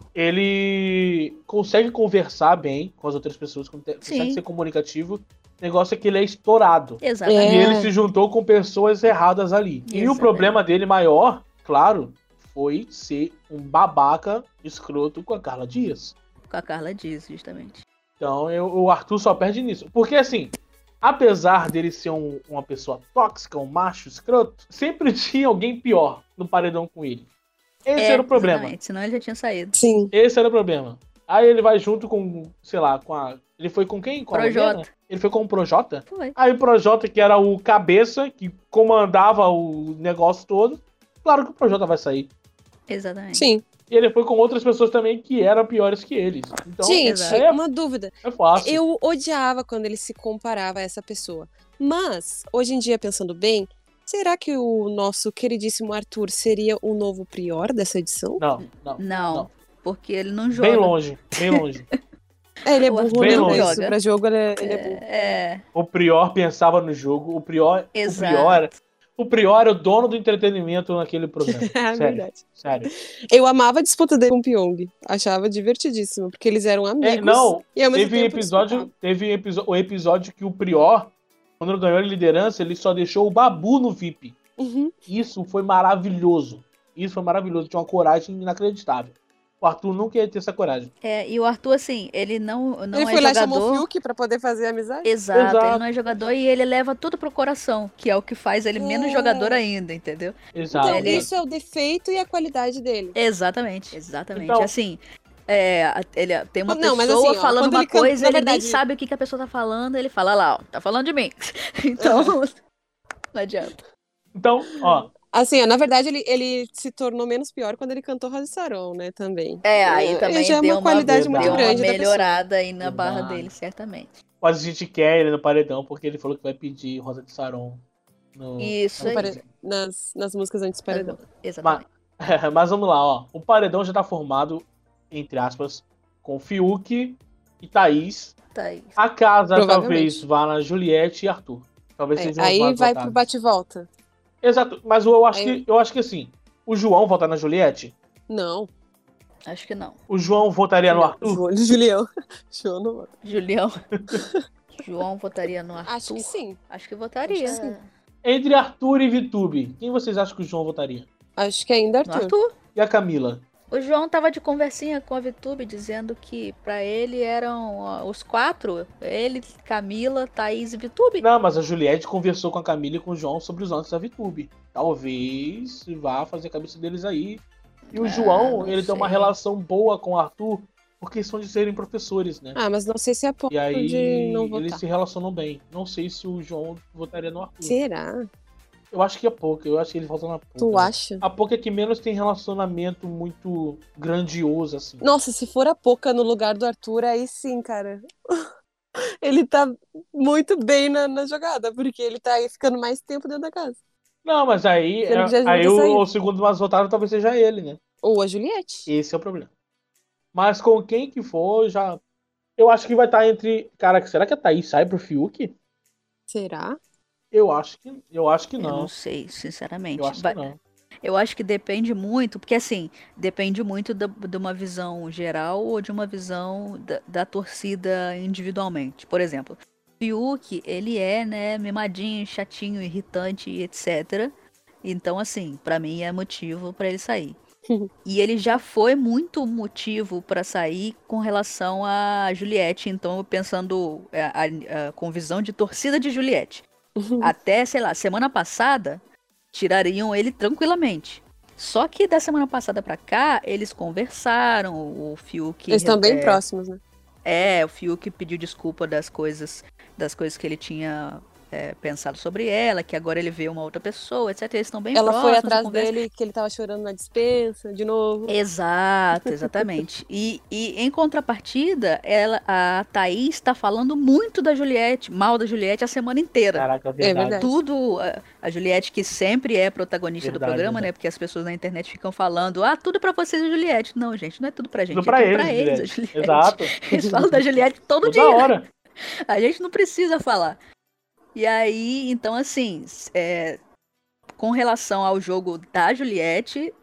Speaker 2: Ele consegue conversar bem com as outras pessoas, conte- consegue
Speaker 4: Sim.
Speaker 2: ser comunicativo. O negócio é que ele é estourado.
Speaker 4: Exatamente.
Speaker 2: E
Speaker 3: É.
Speaker 2: ele se juntou com pessoas erradas ali. E o
Speaker 4: Exatamente.
Speaker 2: problema dele maior, claro, foi ser um babaca escroto com a Carla Dias.
Speaker 4: Com a Carla diz, justamente.
Speaker 2: Então eu- o Arthur só perde nisso. Porque assim, apesar dele ser um- uma pessoa tóxica, um macho escroto, sempre tinha alguém pior no paredão com ele. Esse
Speaker 4: É,
Speaker 2: era o problema.
Speaker 4: Exatamente, senão ele já tinha saído.
Speaker 3: Sim.
Speaker 2: Esse era o problema. Aí ele vai junto com, sei lá, com a. Ele foi com quem? Com a
Speaker 4: Projota.
Speaker 2: Lumena? Ele foi com o Projota?
Speaker 4: Foi.
Speaker 2: Aí o Projota, que era o cabeça, que comandava o negócio todo. Claro que o Projota vai sair.
Speaker 4: Exatamente.
Speaker 3: Sim.
Speaker 2: E ele foi com outras pessoas também que eram piores que eles. Então,
Speaker 3: Gente,
Speaker 4: exato.
Speaker 2: é,
Speaker 3: uma dúvida.
Speaker 2: é fácil.
Speaker 3: Eu odiava quando ele se comparava a essa pessoa. Mas, hoje em dia, pensando bem, será que o nosso queridíssimo Arthur seria o novo prior dessa edição?
Speaker 2: Não, não.
Speaker 4: Não,
Speaker 2: Não.
Speaker 4: porque ele não joga.
Speaker 2: Bem longe, bem longe.
Speaker 3: É, ele é
Speaker 4: O
Speaker 3: burro,
Speaker 4: Arthur
Speaker 2: Bem
Speaker 3: né?
Speaker 2: longe.
Speaker 3: Pra Isso, pra jogo, ele é, ele é burro.
Speaker 4: É,
Speaker 2: O Prior pensava no jogo, o Prior, o
Speaker 4: Exato.
Speaker 2: Prior, o Prior é o dono do entretenimento naquele programa.
Speaker 3: É
Speaker 2: sério,
Speaker 3: verdade.
Speaker 2: sério.
Speaker 3: Eu amava a disputa dele com o Pyong. Achava divertidíssimo, porque eles eram amigos.
Speaker 2: É, não,
Speaker 3: e ao mesmo
Speaker 2: teve
Speaker 3: tempo
Speaker 2: episódio, teve um episo- o episódio que o Prior, quando ganhou a liderança, ele só deixou o Babu no VIP.
Speaker 3: disputavam. Uhum.
Speaker 2: Isso foi maravilhoso. Isso foi maravilhoso. Tinha uma coragem inacreditável. O Arthur nunca ia ter essa coragem.
Speaker 4: É, e o Arthur, assim, ele não, não
Speaker 3: Ele
Speaker 4: é
Speaker 3: foi lá e chamou o
Speaker 4: jogador.
Speaker 3: Fiuk pra poder fazer amizade.
Speaker 4: Exato,
Speaker 2: Exato.
Speaker 4: ele não é jogador e ele leva tudo pro coração, que é o que faz ele menos
Speaker 3: É.
Speaker 4: jogador ainda, entendeu?
Speaker 2: Exato.
Speaker 3: Então,
Speaker 4: ele-
Speaker 3: isso é o defeito e a qualidade dele.
Speaker 4: Exatamente, exatamente.
Speaker 2: Então-
Speaker 4: assim, é, a- ele tem uma
Speaker 3: Não, mas
Speaker 4: pessoa
Speaker 3: assim, ó,
Speaker 4: falando
Speaker 3: quando
Speaker 4: uma
Speaker 3: ele canta-
Speaker 4: coisa,
Speaker 3: na
Speaker 4: ele nem
Speaker 3: verdade-
Speaker 4: sabe o que, que a pessoa tá falando, ele fala "Ah lá, ó, tá falando de mim. Então,
Speaker 3: É.
Speaker 4: não adianta.
Speaker 2: Então, ó,
Speaker 3: Assim, ó, na verdade, ele, ele se tornou menos pior quando ele cantou Rosa Saron, né? Também.
Speaker 4: É, aí
Speaker 3: É,
Speaker 4: também
Speaker 3: já é uma
Speaker 4: deu
Speaker 3: qualidade
Speaker 2: muito
Speaker 4: deu
Speaker 3: grande da
Speaker 4: uma
Speaker 3: pessoa.
Speaker 4: melhorada aí na barra
Speaker 2: Verdade.
Speaker 4: dele, certamente.
Speaker 2: mas a gente quer ele no paredão porque ele falou que vai pedir Rosa de Saron. No...
Speaker 4: Isso
Speaker 2: no
Speaker 4: aí.
Speaker 2: paredão.
Speaker 3: Nas, nas músicas antes do
Speaker 2: É,
Speaker 3: paredão.
Speaker 4: Exatamente.
Speaker 2: Mas vamos lá, ó. O paredão já tá formado, entre aspas, com Fiuk e Thaís.
Speaker 4: Tá aí.
Speaker 2: A casa
Speaker 3: Provavelmente.
Speaker 2: talvez vá na Juliette e Arthur. Talvez
Speaker 3: É,
Speaker 2: seja um
Speaker 3: aí
Speaker 2: voto
Speaker 3: vai
Speaker 2: votado.
Speaker 3: pro bate-volta.
Speaker 2: Exato, mas eu acho,
Speaker 3: Aí-
Speaker 2: que, eu acho que assim, o João votar na Juliette,
Speaker 3: Não.
Speaker 4: Acho que não.
Speaker 2: o João votaria no Arthur.
Speaker 3: Ju- Julião. Show no voto.
Speaker 4: Julião. João votaria no Arthur.
Speaker 3: Acho que sim.
Speaker 4: Acho que votaria.
Speaker 3: Acho que sim.
Speaker 2: Entre Arthur e Vitube, quem vocês acham que o João votaria?
Speaker 3: Acho que ainda é
Speaker 4: No
Speaker 3: Arthur.
Speaker 4: Arthur.
Speaker 2: E a Camila?
Speaker 4: O João tava de conversinha com a Vitube dizendo que pra ele eram ó, os quatro, ele, Camila, Thaís e Vitube.
Speaker 2: Não, mas a Juliette conversou com a Camila e com o João sobre os antes da Vitube. Talvez vá fazer a cabeça deles aí. E o
Speaker 3: É,
Speaker 4: Ah,
Speaker 2: João,
Speaker 4: não
Speaker 2: ele tem uma
Speaker 4: sei.
Speaker 2: relação boa com o Arthur por questão de serem professores, né?
Speaker 3: Ah, mas não sei se é ponto
Speaker 2: e aí
Speaker 3: de não votar.
Speaker 2: eles se relacionam bem. Não sei se o João votaria no Arthur.
Speaker 3: Será?
Speaker 2: Eu acho que é pouco, eu acho que ele votam na pouca.
Speaker 3: Tu acha?
Speaker 2: A pouca é que menos tem relacionamento muito grandioso, assim.
Speaker 3: Nossa, se for a Poca no lugar do Arthur, aí sim, cara. Ele tá muito bem na, na jogada, porque ele tá aí ficando mais tempo dentro da casa.
Speaker 2: Não, mas aí,
Speaker 3: Você não
Speaker 2: é-
Speaker 3: precisa
Speaker 2: aí
Speaker 3: disso aí.
Speaker 2: o, o segundo mais votado talvez seja ele, né?
Speaker 3: Ou a Juliette.
Speaker 2: Esse é o problema. Mas com quem que for, já. Eu acho que vai estar entre. Caraca, será que a Thaís sai pro Fiuk?
Speaker 3: Será?
Speaker 2: Eu acho que. Eu acho que
Speaker 4: Eu não
Speaker 2: não.
Speaker 4: sei, sinceramente.
Speaker 2: Eu acho
Speaker 4: Vai-
Speaker 2: que não.
Speaker 4: eu acho que depende muito, porque assim, depende muito da- de uma visão geral ou de uma visão da, da torcida individualmente. Por exemplo, Fiuk, ele é, né, mimadinho, chatinho, irritante, e etc. Então, assim, pra mim é motivo pra ele sair. e ele já foi muito motivo pra sair com relação a Juliette. Então, eu pensando é, a- a- com visão de torcida de Juliette.
Speaker 3: Uhum.
Speaker 4: Até, sei lá, semana passada, tirariam ele tranquilamente. Só que da semana passada pra cá, eles conversaram, o o Fiuk...
Speaker 3: Eles estão bem
Speaker 4: é,
Speaker 3: próximos, né?
Speaker 4: é, o Fiuk pediu desculpa das coisas, das coisas que ele tinha é, pensado sobre ela, que agora ele vê uma outra pessoa, etc. Eles estão bem
Speaker 3: Ela
Speaker 4: próximos.
Speaker 3: foi
Speaker 4: a
Speaker 3: atrás
Speaker 4: conversa-
Speaker 3: dele, que ele tava chorando na dispensa, de novo.
Speaker 4: Exato, exatamente. E, e em contrapartida, ela, a Thaís tá falando muito da Juliette, mal da Juliette a semana inteira.
Speaker 2: Caraca, é verdade.
Speaker 3: verdade.
Speaker 4: tudo. a- A Juliette, que sempre é protagonista
Speaker 2: Verdade,
Speaker 4: do programa,
Speaker 2: verdade.
Speaker 4: né? Porque as pessoas na internet ficam falando, ah, tudo pra vocês, Juliette. Não, gente, não é tudo pra gente.
Speaker 2: Tudo
Speaker 4: é
Speaker 2: pra
Speaker 4: tudo
Speaker 2: eles,
Speaker 4: pra eles, a
Speaker 2: Juliette.
Speaker 4: Juliette.
Speaker 2: Exato.
Speaker 4: Eles falam da Juliette todo dia.
Speaker 2: Toda hora.
Speaker 4: A gente não precisa falar. E aí, então, assim, s- é, com relação ao jogo da Juliette,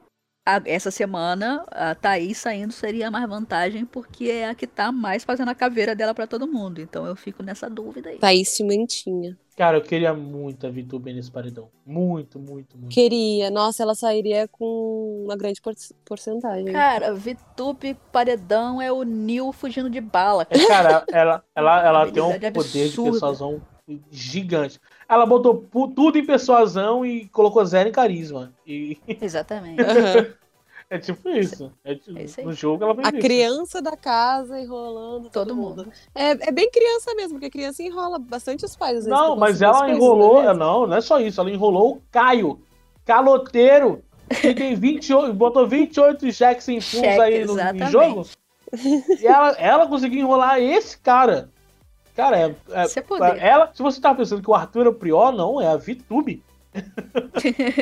Speaker 4: a- essa semana a Thaís saindo seria a mais vantagem, porque é a que tá mais fazendo a caveira dela pra todo mundo. Então eu fico nessa dúvida aí.
Speaker 3: Thaís Cimentinha.
Speaker 2: Cara, eu queria muito a Vitube nesse paredão. Muito, muito, muito.
Speaker 3: Queria. Nossa, ela sairia com uma grande por- porcentagem.
Speaker 4: Cara, Vitube Paredão é o Nil fugindo de bala.
Speaker 2: É, cara, ela, ela, ela tem um
Speaker 4: Habilidade
Speaker 2: poder de
Speaker 4: absurda.
Speaker 2: persuasão gigante. Ela botou pu- tudo em persuasão e colocou zero em carisma. E
Speaker 4: Exatamente.
Speaker 3: Aham.
Speaker 2: é tipo isso. É tipo-
Speaker 4: É isso aí.
Speaker 2: no jogo ela vai
Speaker 3: A
Speaker 2: ver.
Speaker 3: criança da casa enrolando todo,
Speaker 4: Todo mundo.
Speaker 3: É, é bem criança mesmo, porque criança enrola bastante os pais. Às vezes,
Speaker 2: Não,
Speaker 3: pra
Speaker 2: mas
Speaker 3: conseguir as
Speaker 2: ela
Speaker 3: coisas,
Speaker 2: enrolou.
Speaker 3: né?
Speaker 2: Não, não é só isso. Ela enrolou o Caio. Caloteiro. Que tem 28. botou 28 cheques em fundos
Speaker 4: Cheque,
Speaker 2: aí no, em
Speaker 4: exatamente.
Speaker 2: jogo. E ela, ela conseguiu enrolar esse cara. Cara, é, é-
Speaker 4: Isso é poder.
Speaker 2: ela, se você tava pensando que o Arthur era o Prior, não, é a Vitube.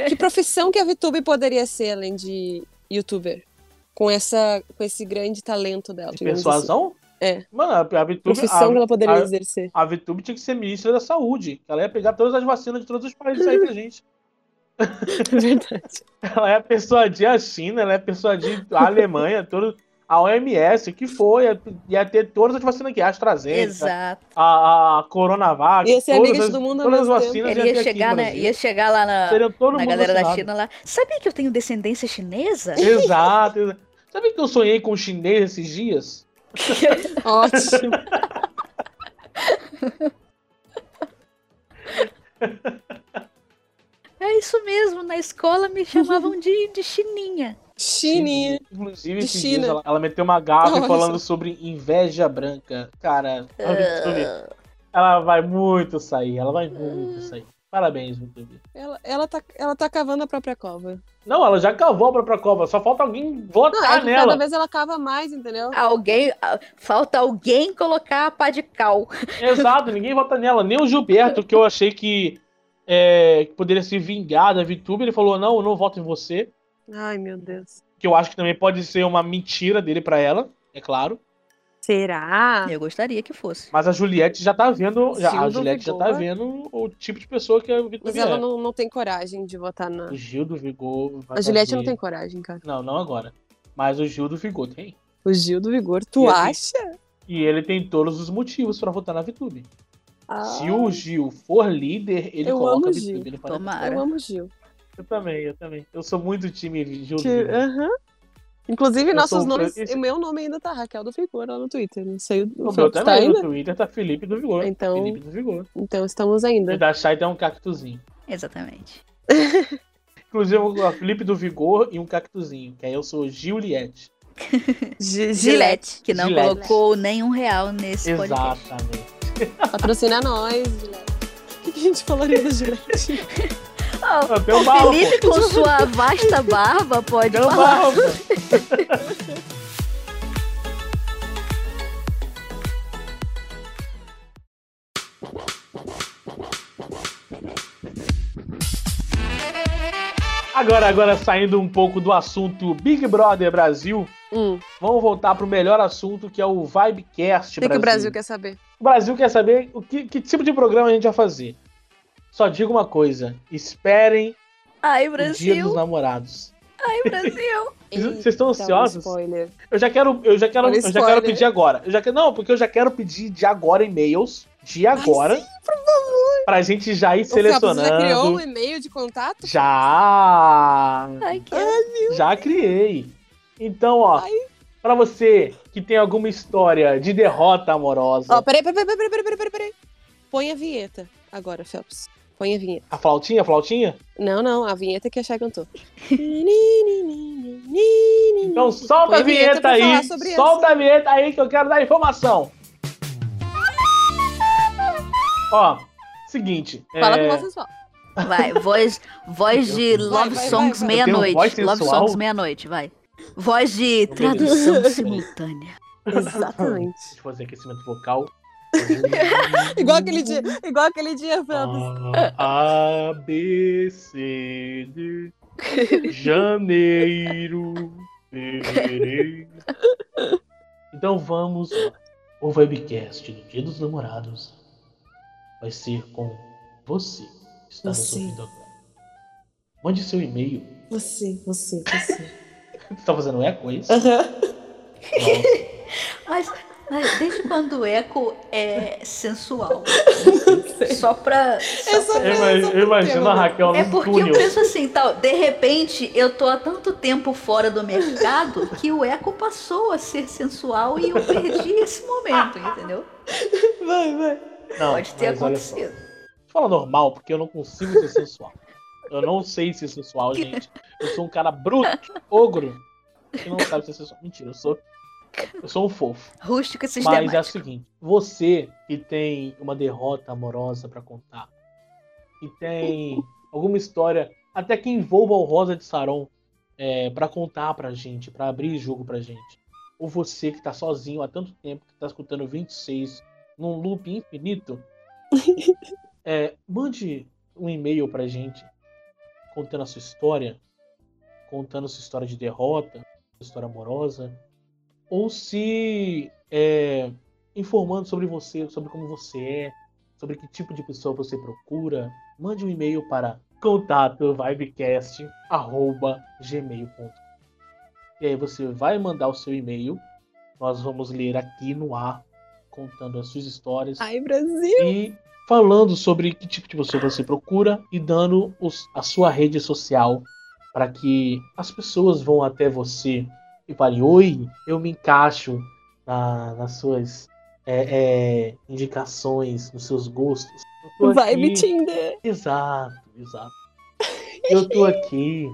Speaker 3: Que profissão que a VTube poderia ser além de youtuber? Com, essa, com esse grande talento dela.
Speaker 2: De
Speaker 3: digamos
Speaker 2: persuasão?
Speaker 3: É.
Speaker 2: Mano, a, a
Speaker 3: assim.
Speaker 2: Vitube.
Speaker 3: Profissão que
Speaker 2: a,
Speaker 3: ela poderia
Speaker 2: a-
Speaker 3: exercer.
Speaker 2: a Vitube tinha que ser ministra da saúde. que Ela ia pegar todas as vacinas de todos os países aí pra gente.
Speaker 3: É verdade.
Speaker 2: Ela é persuadir a China, ela é persuadir a Alemanha, todo, a OMS, que foi, ia- ia ter todas as vacinas que a AstraZeneca,
Speaker 4: Exato.
Speaker 2: a, a Coronavac,
Speaker 3: Ia ser
Speaker 2: todas
Speaker 3: amigas
Speaker 2: as,
Speaker 3: do mundo né? ao
Speaker 2: todas as
Speaker 3: mesmo tempo.
Speaker 2: vacinas
Speaker 4: Ele
Speaker 2: ia ter
Speaker 4: ia
Speaker 2: aqui
Speaker 4: chegar,
Speaker 2: no
Speaker 4: né?
Speaker 2: Brasil.
Speaker 4: Ia chegar lá na,
Speaker 2: Seriam todo
Speaker 4: na
Speaker 2: mundo
Speaker 4: galera da
Speaker 2: vacinado.
Speaker 4: China lá. Sabia que eu tenho descendência chinesa?
Speaker 2: Exato. exato. Sabe que eu sonhei com um chinês esses dias?
Speaker 3: Ótimo.
Speaker 4: É isso mesmo, na escola me chamavam de, de chininha.
Speaker 3: Chininha.
Speaker 2: Inclusive,
Speaker 3: De
Speaker 2: esses
Speaker 3: China.
Speaker 2: dias ela, ela meteu uma gafa
Speaker 3: Olha
Speaker 2: falando sobre inveja branca. Cara, YouTube,
Speaker 4: Ah,
Speaker 2: ela vai muito sair, ela vai muito sair. Parabéns, YouTube.
Speaker 3: Ela, ela, tá, ela tá cavando a própria cova.
Speaker 2: Não, ela já cavou a própria cova, só falta alguém
Speaker 3: Não,
Speaker 2: votar
Speaker 3: é que cada
Speaker 2: nela.
Speaker 3: vez ela cava mais, entendeu?
Speaker 4: alguém. ah, Falta alguém colocar a pá de cal.
Speaker 2: Exato, ninguém vota nela. Nem o Gilberto, que eu achei que, é, que poderia se vingar da VTube, ele falou: não, eu não voto em você.
Speaker 3: Ai, meu Deus.
Speaker 2: Que eu acho que também pode ser uma mentira dele pra ela, é claro.
Speaker 3: Será?
Speaker 4: Ah, Eu gostaria que fosse.
Speaker 2: Mas a Juliette já tá vendo. já- a
Speaker 3: Gildo
Speaker 2: Juliette já tá
Speaker 3: Vigor.
Speaker 2: vendo o tipo de pessoa que a
Speaker 3: Mas
Speaker 2: VTube
Speaker 3: ela
Speaker 2: é.
Speaker 3: não, não tem coragem de votar na.
Speaker 2: O Gil do Vigor. vai
Speaker 3: A Juliette
Speaker 2: fazer-
Speaker 3: não tem coragem, cara.
Speaker 2: Não, não agora. Mas o Gil do Vigor tem.
Speaker 3: O Gil do Vigor,
Speaker 2: E
Speaker 3: tu
Speaker 2: assim,
Speaker 3: acha?
Speaker 2: E ele tem todos os motivos pra votar na VTube.
Speaker 3: Ah,
Speaker 2: Se o Gil for líder, ele
Speaker 3: Eu amo
Speaker 2: coloca a
Speaker 3: o
Speaker 2: VTube.
Speaker 3: Gil.
Speaker 2: Ele fala,
Speaker 4: Tomara.
Speaker 3: Ah, Eu amo o Gil.
Speaker 2: Eu também, eu também. Eu sou muito time Gil do
Speaker 3: Que- é,
Speaker 2: Vigor.
Speaker 3: aham. Inclusive,
Speaker 2: Eu sou um
Speaker 3: nossos
Speaker 2: o
Speaker 3: nomes.
Speaker 2: Francis-
Speaker 3: O meu nome ainda tá Raquel do Vigor lá no Twitter. Não sei o,
Speaker 2: O
Speaker 3: o
Speaker 2: meu
Speaker 3: Felps tá
Speaker 2: também, no
Speaker 3: ainda.
Speaker 2: Twitter tá Felipe do Vigor.
Speaker 3: Então-
Speaker 2: Felipe do Vigor.
Speaker 3: Então estamos
Speaker 2: E
Speaker 3: ainda.
Speaker 2: da Chay tem um cactuzinho.
Speaker 4: Exatamente.
Speaker 2: Inclusive, eu vou lá, Felipe do Vigor e um cactuzinho. Que aí eu sou Juliette.
Speaker 3: Gi-
Speaker 4: Gillette, que não
Speaker 2: Gillette.
Speaker 4: colocou nenhum real nesse podcast.
Speaker 2: Exatamente.
Speaker 3: Patrocina nós, Gillette. O que que a gente falaria da Gillette?
Speaker 4: Oh,
Speaker 2: Eu tenho
Speaker 4: o
Speaker 2: barba.
Speaker 4: Felipe, com sua vasta barba, pode
Speaker 2: Então,
Speaker 4: falar.
Speaker 2: barba. Agora, agora saindo um pouco do assunto Big Brother Brasil,
Speaker 3: Hum, o
Speaker 2: vamos voltar pro melhor assunto que é o Vibecast
Speaker 3: que, que
Speaker 2: Brasil.
Speaker 3: o Brasil quer saber?
Speaker 2: O Brasil quer saber o que, que tipo de programa a gente vai fazer. Só digo uma coisa: esperem
Speaker 4: Ai,
Speaker 2: o Dia dos
Speaker 4: Brasil! Namorados. Ai, Brasil!
Speaker 2: Vocês- vocês estão
Speaker 3: Eita, um
Speaker 2: ansiosos?
Speaker 3: Spoiler.
Speaker 2: Eu já quero, eu já quero,
Speaker 3: Olha o
Speaker 2: eu já quero
Speaker 3: spoiler.
Speaker 2: pedir agora. Eu já que- não, porque eu já quero pedir de agora e-mails, de agora,
Speaker 3: sim,
Speaker 2: pra gente já ir
Speaker 3: O Felps, você já criou um
Speaker 2: selecionando.
Speaker 3: e-mail de contato?
Speaker 2: Já,
Speaker 4: Ai, que
Speaker 2: já criei. Então, ó,
Speaker 3: Ai.
Speaker 2: pra você que tem alguma história de derrota amorosa,
Speaker 3: Ó, peraí, peraí, peraí, peraí, peraí, peraí, peraí. Põe a vinheta agora, Felps. Põe a vinheta.
Speaker 2: a flautinha, a flautinha?
Speaker 3: Não, não, a vinheta é que a Chay cantou.
Speaker 2: Então solta
Speaker 3: Põe
Speaker 2: a
Speaker 3: a vinheta
Speaker 2: vinheta
Speaker 3: pra
Speaker 2: aí,
Speaker 3: falar sobre
Speaker 2: solta a vinheta aí que eu quero dar informação. Ó, seguinte.
Speaker 3: Fala
Speaker 2: é,
Speaker 3: com vocês, fala.
Speaker 4: Vai, voz, voz de Love
Speaker 3: vai,
Speaker 4: Songs
Speaker 3: vai.
Speaker 2: Eu tenho voz
Speaker 4: meia-noite.
Speaker 2: sensual?
Speaker 4: Love Songs meia-noite, vai. Voz de
Speaker 2: Meu
Speaker 4: tradução
Speaker 2: Deus.
Speaker 4: simultânea.
Speaker 3: Exatamente.
Speaker 2: Deixa eu fazer assim, aquecimento vocal.
Speaker 3: igual aquele dia, igual aquele dia, Felps.
Speaker 2: Ah, A, A, B, C, D. Janeiro, fevereiro. Então vamos. O webcast do Dia dos Namorados vai ser com você que está nos
Speaker 3: Você.
Speaker 2: ouvindo agora. Mande seu e-mail.
Speaker 3: Você, você, você.
Speaker 2: Você tá fazendo eco, é isso?
Speaker 3: Aham.
Speaker 2: Nossa,
Speaker 4: Mas, mas desde quando o eco é sensual? Só pra.
Speaker 3: Eu só
Speaker 2: eu ima- eu imagino a Raquel
Speaker 4: É
Speaker 2: no
Speaker 4: porque eu
Speaker 2: um túnel.
Speaker 4: penso assim, tal, de repente eu tô há tanto tempo fora do mercado que o eco passou a ser sensual e eu perdi esse momento, entendeu?
Speaker 3: Vai, vai.
Speaker 2: Não,
Speaker 4: Pode ter
Speaker 2: mas olha só.
Speaker 4: acontecido.
Speaker 2: Fala normal, porque eu não consigo ser sensual. Eu não sei ser sensual, gente. Eu sou um cara bruto, ogro, que não sabe ser sensual. Mentira, eu sou. Eu sou um fofo.
Speaker 4: Rústico esses
Speaker 2: Mas é o
Speaker 4: demais.
Speaker 2: seguinte: você que tem uma derrota amorosa pra contar, que tem alguma história, até que envolva o Rosa de Saron, é, para contar pra gente, pra abrir jogo pra gente. Ou você que tá sozinho há tanto tempo, que tá escutando 26 num loop infinito, é, mande um e-mail pra gente contando a sua história, contando sua história de derrota, sua história amorosa, ou se é, informando sobre você, sobre como você é, sobre que tipo de pessoa você procura. Mande um e-mail para contato vibecast.gmail.com. E aí você vai mandar o seu e-mail. Nós vamos ler aqui no ar, contando as suas histórias
Speaker 3: Ai, Brasil!
Speaker 2: e falando sobre que tipo de pessoa você procura e dando os- a sua rede social para que as pessoas vão até você e falem: Oi, eu me encaixo na- nas suas é, é, indicações, nos seus gostos. Eu tô
Speaker 3: Vibe
Speaker 2: aqui-
Speaker 3: Tinder!
Speaker 2: Exato, exato. Eu tô aqui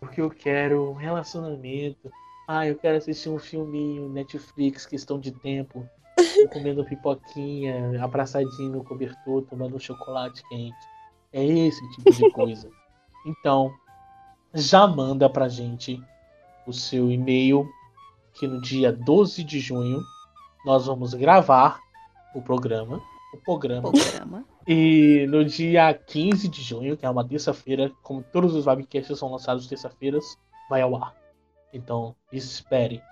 Speaker 2: porque eu quero um relacionamento. Ah, eu quero assistir um filminho Netflix, questão de tempo. Eu comendo pipoquinha, abraçadinho no cobertor, tomando um chocolate quente. É esse tipo de coisa. Então, já manda pra gente o seu e-mail, que no dia 12 de junho nós vamos gravar o programa. O programa.
Speaker 4: Programa.
Speaker 2: E no dia 15 de junho, que é uma terça-feira, como todos os Vibcasts são lançados terça-feiras, vai ao ar. Então, espere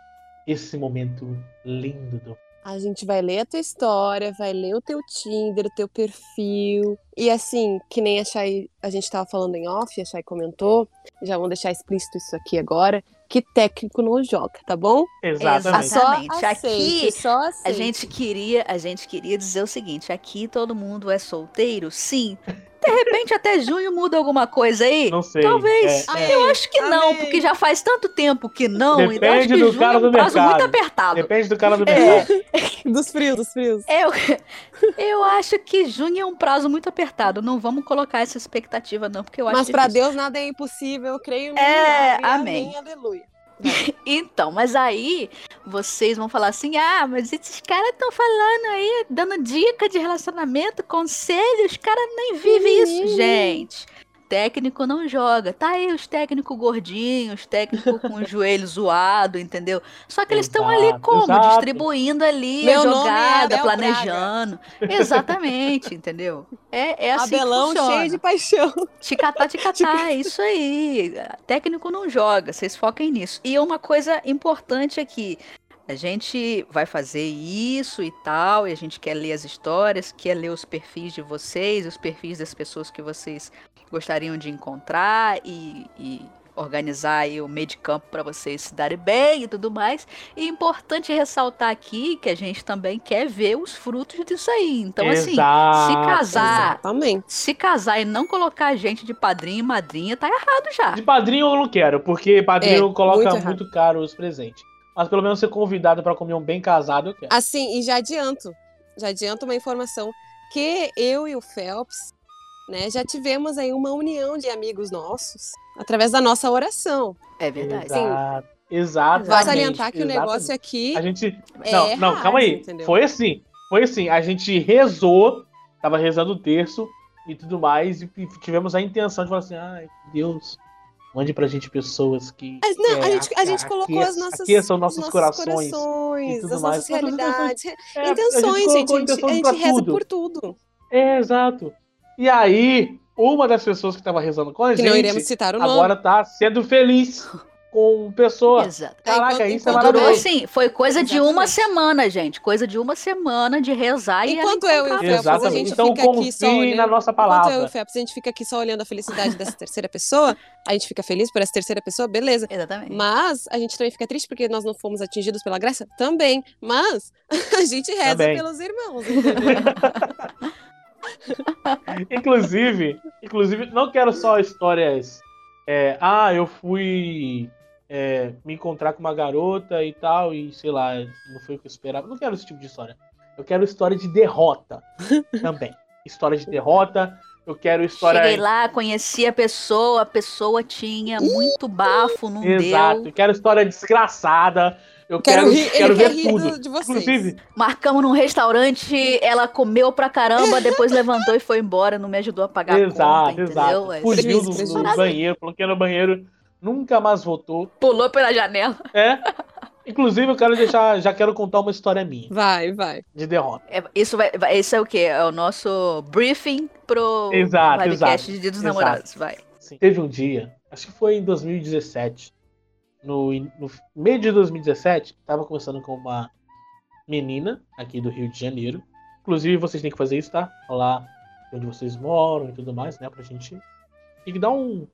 Speaker 2: esse momento lindo do
Speaker 3: A gente vai ler a tua história, vai ler o teu Tinder, o teu perfil. E assim, que nem a Chay, a gente tava falando em off, a Chay comentou, já vamos deixar explícito isso aqui agora, que técnico não joga, tá bom?
Speaker 4: Exatamente.
Speaker 3: Só
Speaker 4: Exatamente.
Speaker 3: aceite,
Speaker 4: Aqui,
Speaker 3: só
Speaker 4: A
Speaker 3: aceite.
Speaker 4: gente queria, a gente queria dizer o seguinte, aqui todo mundo é solteiro, sim. De repente até junho muda alguma coisa aí?
Speaker 2: Não sei.
Speaker 4: Talvez.
Speaker 2: É, é.
Speaker 4: Eu acho que não,
Speaker 3: Amém.
Speaker 4: porque já faz tanto tempo que não, então
Speaker 2: Depende
Speaker 4: acho que
Speaker 2: do
Speaker 4: junho
Speaker 2: cara
Speaker 4: é um
Speaker 2: do
Speaker 4: prazo
Speaker 2: mercado.
Speaker 4: muito apertado.
Speaker 2: Depende do cara do
Speaker 4: É.
Speaker 2: mercado.
Speaker 3: Dos frios, dos frios.
Speaker 4: Eu, eu acho que junho é um prazo muito apertado. Não vamos colocar essa expectativa, não, porque eu acho
Speaker 3: Mas pra
Speaker 4: difícil.
Speaker 3: Deus nada é impossível, eu creio
Speaker 4: É,
Speaker 3: milagre,
Speaker 4: amém.
Speaker 3: aleluia.
Speaker 4: Então, mas aí vocês vão falar assim: ah, mas esses caras estão falando aí, dando dica de relacionamento, conselho, os caras nem
Speaker 3: Uhum.
Speaker 4: vivem isso. Gente, técnico não joga. Tá aí os técnicos gordinhos, técnico com o joelho zoado, entendeu? Só que eles estão ali
Speaker 2: Exato,
Speaker 4: como?
Speaker 2: exato.
Speaker 4: Distribuindo ali
Speaker 3: Meu
Speaker 4: a
Speaker 3: nome é
Speaker 4: jogada,
Speaker 3: Abel Braga.
Speaker 4: planejando. Exatamente, entendeu? É, é assim que
Speaker 3: Abelão
Speaker 4: funciona.
Speaker 3: cheio de paixão.
Speaker 4: Ticatá, ticatá, é isso aí. Técnico não joga, vocês foquem nisso. E uma coisa importante aqui, a gente vai fazer isso e tal, e a gente quer ler as histórias, quer ler os perfis de vocês, os perfis das pessoas que vocês gostariam de encontrar e, e organizar aí o meio de campo para vocês se darem bem e tudo mais. E é importante ressaltar aqui que a gente também quer ver os frutos disso aí. Então, assim,
Speaker 2: Exato.
Speaker 4: se casar,
Speaker 3: Exatamente.
Speaker 4: se casar e não colocar a gente de padrinho e madrinha, tá errado já.
Speaker 2: De padrinho eu não quero, porque padrinho
Speaker 3: É,
Speaker 2: coloca
Speaker 3: muito
Speaker 2: muito,
Speaker 3: errado.
Speaker 2: caro os presentes. Mas pelo menos ser convidado pra comer um bem casado eu
Speaker 4: Ah,
Speaker 2: quero.
Speaker 3: Assim, e já adianto, já adianto uma informação que eu e o Phelps, né, já tivemos aí uma união de amigos nossos através da nossa oração.
Speaker 4: É verdade.
Speaker 2: Exato. Exatamente.
Speaker 3: Vou salientar que
Speaker 2: exatamente.
Speaker 3: o negócio aqui
Speaker 2: A gente.
Speaker 3: É
Speaker 2: Não, não,
Speaker 3: errado,
Speaker 2: calma aí.
Speaker 3: entendeu?
Speaker 2: Foi assim. Foi assim. A gente rezou, tava rezando o terço e tudo mais, e e tivemos a intenção de falar assim: ai, Deus, mande pra gente pessoas que.
Speaker 3: Mas não,
Speaker 2: é,
Speaker 3: a gente, a gente
Speaker 2: aque-
Speaker 3: colocou as nossas,
Speaker 2: Aqueçam
Speaker 3: os
Speaker 2: nossos, corações.
Speaker 3: corações,
Speaker 2: e tudo
Speaker 3: as
Speaker 2: mais.
Speaker 3: nossas
Speaker 2: Mas as intenções-
Speaker 3: realidades,
Speaker 2: É, a gente
Speaker 3: intenções,
Speaker 2: colocou
Speaker 3: gente. A gente,
Speaker 2: intenção
Speaker 3: a gente
Speaker 2: pra
Speaker 3: reza
Speaker 2: tudo.
Speaker 3: por tudo.
Speaker 2: É, exato. E aí, uma das pessoas que tava rezando com a
Speaker 3: Que
Speaker 2: gente
Speaker 3: não iremos citar o nome.
Speaker 2: agora tá sendo feliz com pessoas.
Speaker 4: Exato.
Speaker 2: Caraca,
Speaker 3: Enquanto-
Speaker 2: isso é
Speaker 3: enquanto-
Speaker 4: Durou
Speaker 2: maravilhoso.
Speaker 4: assim, foi coisa de
Speaker 3: Exatamente.
Speaker 4: uma semana, gente. Coisa de uma semana de rezar e ela
Speaker 3: Enquanto eu e o
Speaker 4: encontrava.
Speaker 3: Felps, é, a
Speaker 2: Exatamente.
Speaker 3: gente
Speaker 2: Então
Speaker 3: fica aqui só
Speaker 2: confie
Speaker 3: olhando.
Speaker 2: na nossa
Speaker 3: Enquanto eu e
Speaker 2: palavra.
Speaker 3: o Phelps, a gente fica aqui só olhando a felicidade dessa terceira pessoa, a gente fica feliz por essa terceira pessoa, beleza.
Speaker 4: Exatamente.
Speaker 3: Mas a gente também fica triste porque nós não fomos atingidos pela graça? Também. Mas a gente reza
Speaker 2: Também.
Speaker 3: pelos irmãos, entendeu?
Speaker 2: Inclusive, inclusive, não quero só histórias. é, ah, eu fui é, me encontrar com uma garota e tal, e sei lá, não foi o que eu esperava. Não quero esse tipo de história. Eu quero história de derrota também. História de derrota. Eu quero história.
Speaker 4: Cheguei lá, conheci a pessoa, a pessoa tinha muito bafo, não
Speaker 2: Exato.
Speaker 4: deu.
Speaker 2: Eu quero história desgraçada. Eu
Speaker 3: Quero
Speaker 2: quero,
Speaker 3: rir,
Speaker 2: quero
Speaker 3: ele quer
Speaker 2: ver
Speaker 3: rir
Speaker 2: tudo.
Speaker 3: do- de vocês.
Speaker 2: Inclusive,
Speaker 4: Marcamos num restaurante, ela comeu pra caramba, depois levantou e foi embora, não me ajudou a pagar a
Speaker 2: exato,
Speaker 4: conta,
Speaker 2: exato.
Speaker 4: entendeu? É
Speaker 2: Fugiu do,
Speaker 3: prejuízo,
Speaker 2: do
Speaker 3: prejuízo.
Speaker 2: banheiro, coloquei no banheiro, nunca mais voltou.
Speaker 4: Pulou pela janela.
Speaker 2: É. Inclusive, eu quero deixar. Já quero contar uma história minha
Speaker 3: Vai, vai.
Speaker 2: de derrota.
Speaker 4: É, isso, vai, vai- isso é o quê? É o nosso briefing pro
Speaker 2: Exato,
Speaker 4: podcast
Speaker 2: exato,
Speaker 4: de Dia dos
Speaker 2: exato.
Speaker 4: Namorados. Vai.
Speaker 2: Sim. Teve um dia, acho que foi em 2017. No, in- no meio de 2017, tava conversando com uma menina aqui do Rio de Janeiro. Inclusive, vocês têm que fazer isso, tá? Falar onde vocês moram e tudo mais, né? Pra gente Tem que dar um,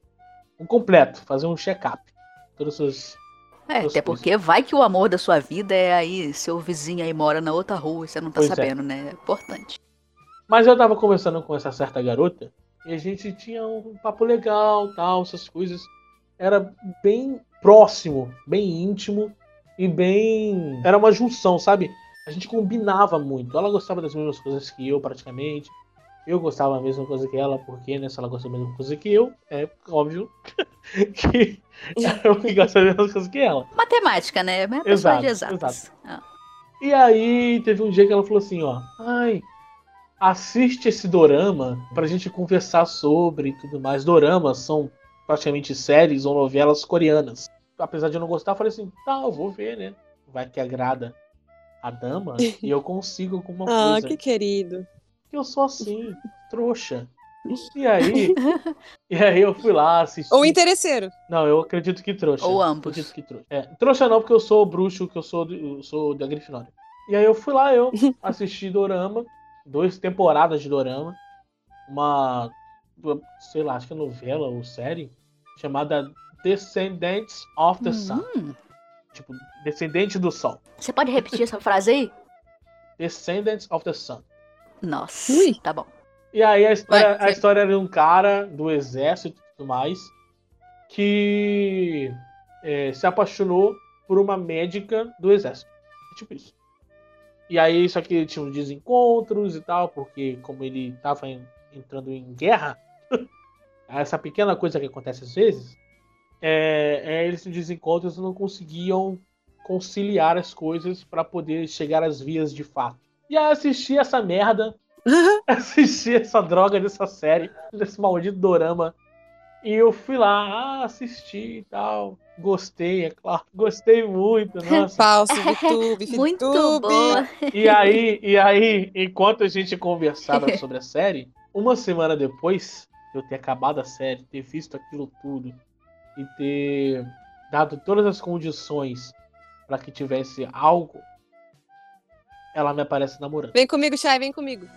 Speaker 2: um completo, fazer um check-up. Todas essas.
Speaker 4: É, até porque vai que o amor da sua vida é aí, seu vizinho aí mora na outra rua e você não tá
Speaker 2: Pois é.
Speaker 4: sabendo, né? É importante.
Speaker 2: Mas eu tava conversando com essa certa garota e a gente tinha um papo legal, tal, essas coisas. Era bem próximo, bem íntimo e bem. Era uma junção, sabe? A gente combinava muito. Ela gostava das mesmas coisas que eu, praticamente. Eu gostava da mesma coisa que ela, porque, né? Se ela gosta da mesma coisa que eu, é óbvio que eu que gosto da mesma coisa que ela.
Speaker 4: Matemática, né? É uma pessoa de
Speaker 2: Exato,
Speaker 4: exatas. Ah.
Speaker 2: E aí teve um dia que ela falou assim, ó, ai, assiste esse dorama pra gente conversar sobre e tudo mais. Doramas são praticamente séries ou novelas coreanas. Apesar de eu não gostar, eu falei assim, tá, eu vou ver, né? Vai que agrada a dama e eu consigo alguma
Speaker 3: Ah,
Speaker 2: coisa.
Speaker 3: que querido.
Speaker 2: Que eu sou assim, trouxa. E aí, e aí eu fui lá assistir.
Speaker 3: Ou um interesseiro.
Speaker 2: Não, eu acredito que trouxa.
Speaker 4: Ou
Speaker 2: Eu
Speaker 4: ambos.
Speaker 2: disse que trouxa. É, trouxa não, porque eu sou bruxo, que eu sou, do- eu sou da Grifinória. E aí eu fui lá, eu assisti Dorama, duas temporadas de Dorama, uma, uma, sei lá, acho que é novela ou série, chamada Descendants of the Sun.
Speaker 4: Hum.
Speaker 2: Tipo, Descendente do Sol.
Speaker 4: Você pode repetir essa frase aí?
Speaker 2: Descendants of the Sun.
Speaker 4: Nossa,
Speaker 3: Ui.
Speaker 4: tá bom.
Speaker 2: E aí a história,
Speaker 3: Vai,
Speaker 2: a
Speaker 3: sim.
Speaker 2: história era de um cara do exército e tudo mais que eh, se apaixonou por uma médica do exército. É Tipo isso. E aí, só que tinham desencontros e tal, porque como ele tava en- entrando em guerra, essa pequena coisa que acontece às vezes, é, é eles se desencontros e não conseguiam conciliar as coisas para poder chegar às vias de fato. E aí eu assisti essa merda assistir essa droga dessa série, desse maldito dorama. E eu fui lá, ah, assisti e tal. Gostei, é claro. Gostei muito, nossa.
Speaker 3: Falso, VTube, VTube.
Speaker 4: Muito boa.
Speaker 2: E aí, e aí, enquanto a gente conversava sobre a série, uma semana depois de eu ter acabado a série, ter visto aquilo tudo e ter dado todas as condições para que tivesse algo, ela me aparece namorando.
Speaker 3: Vem comigo, Chay, vem comigo.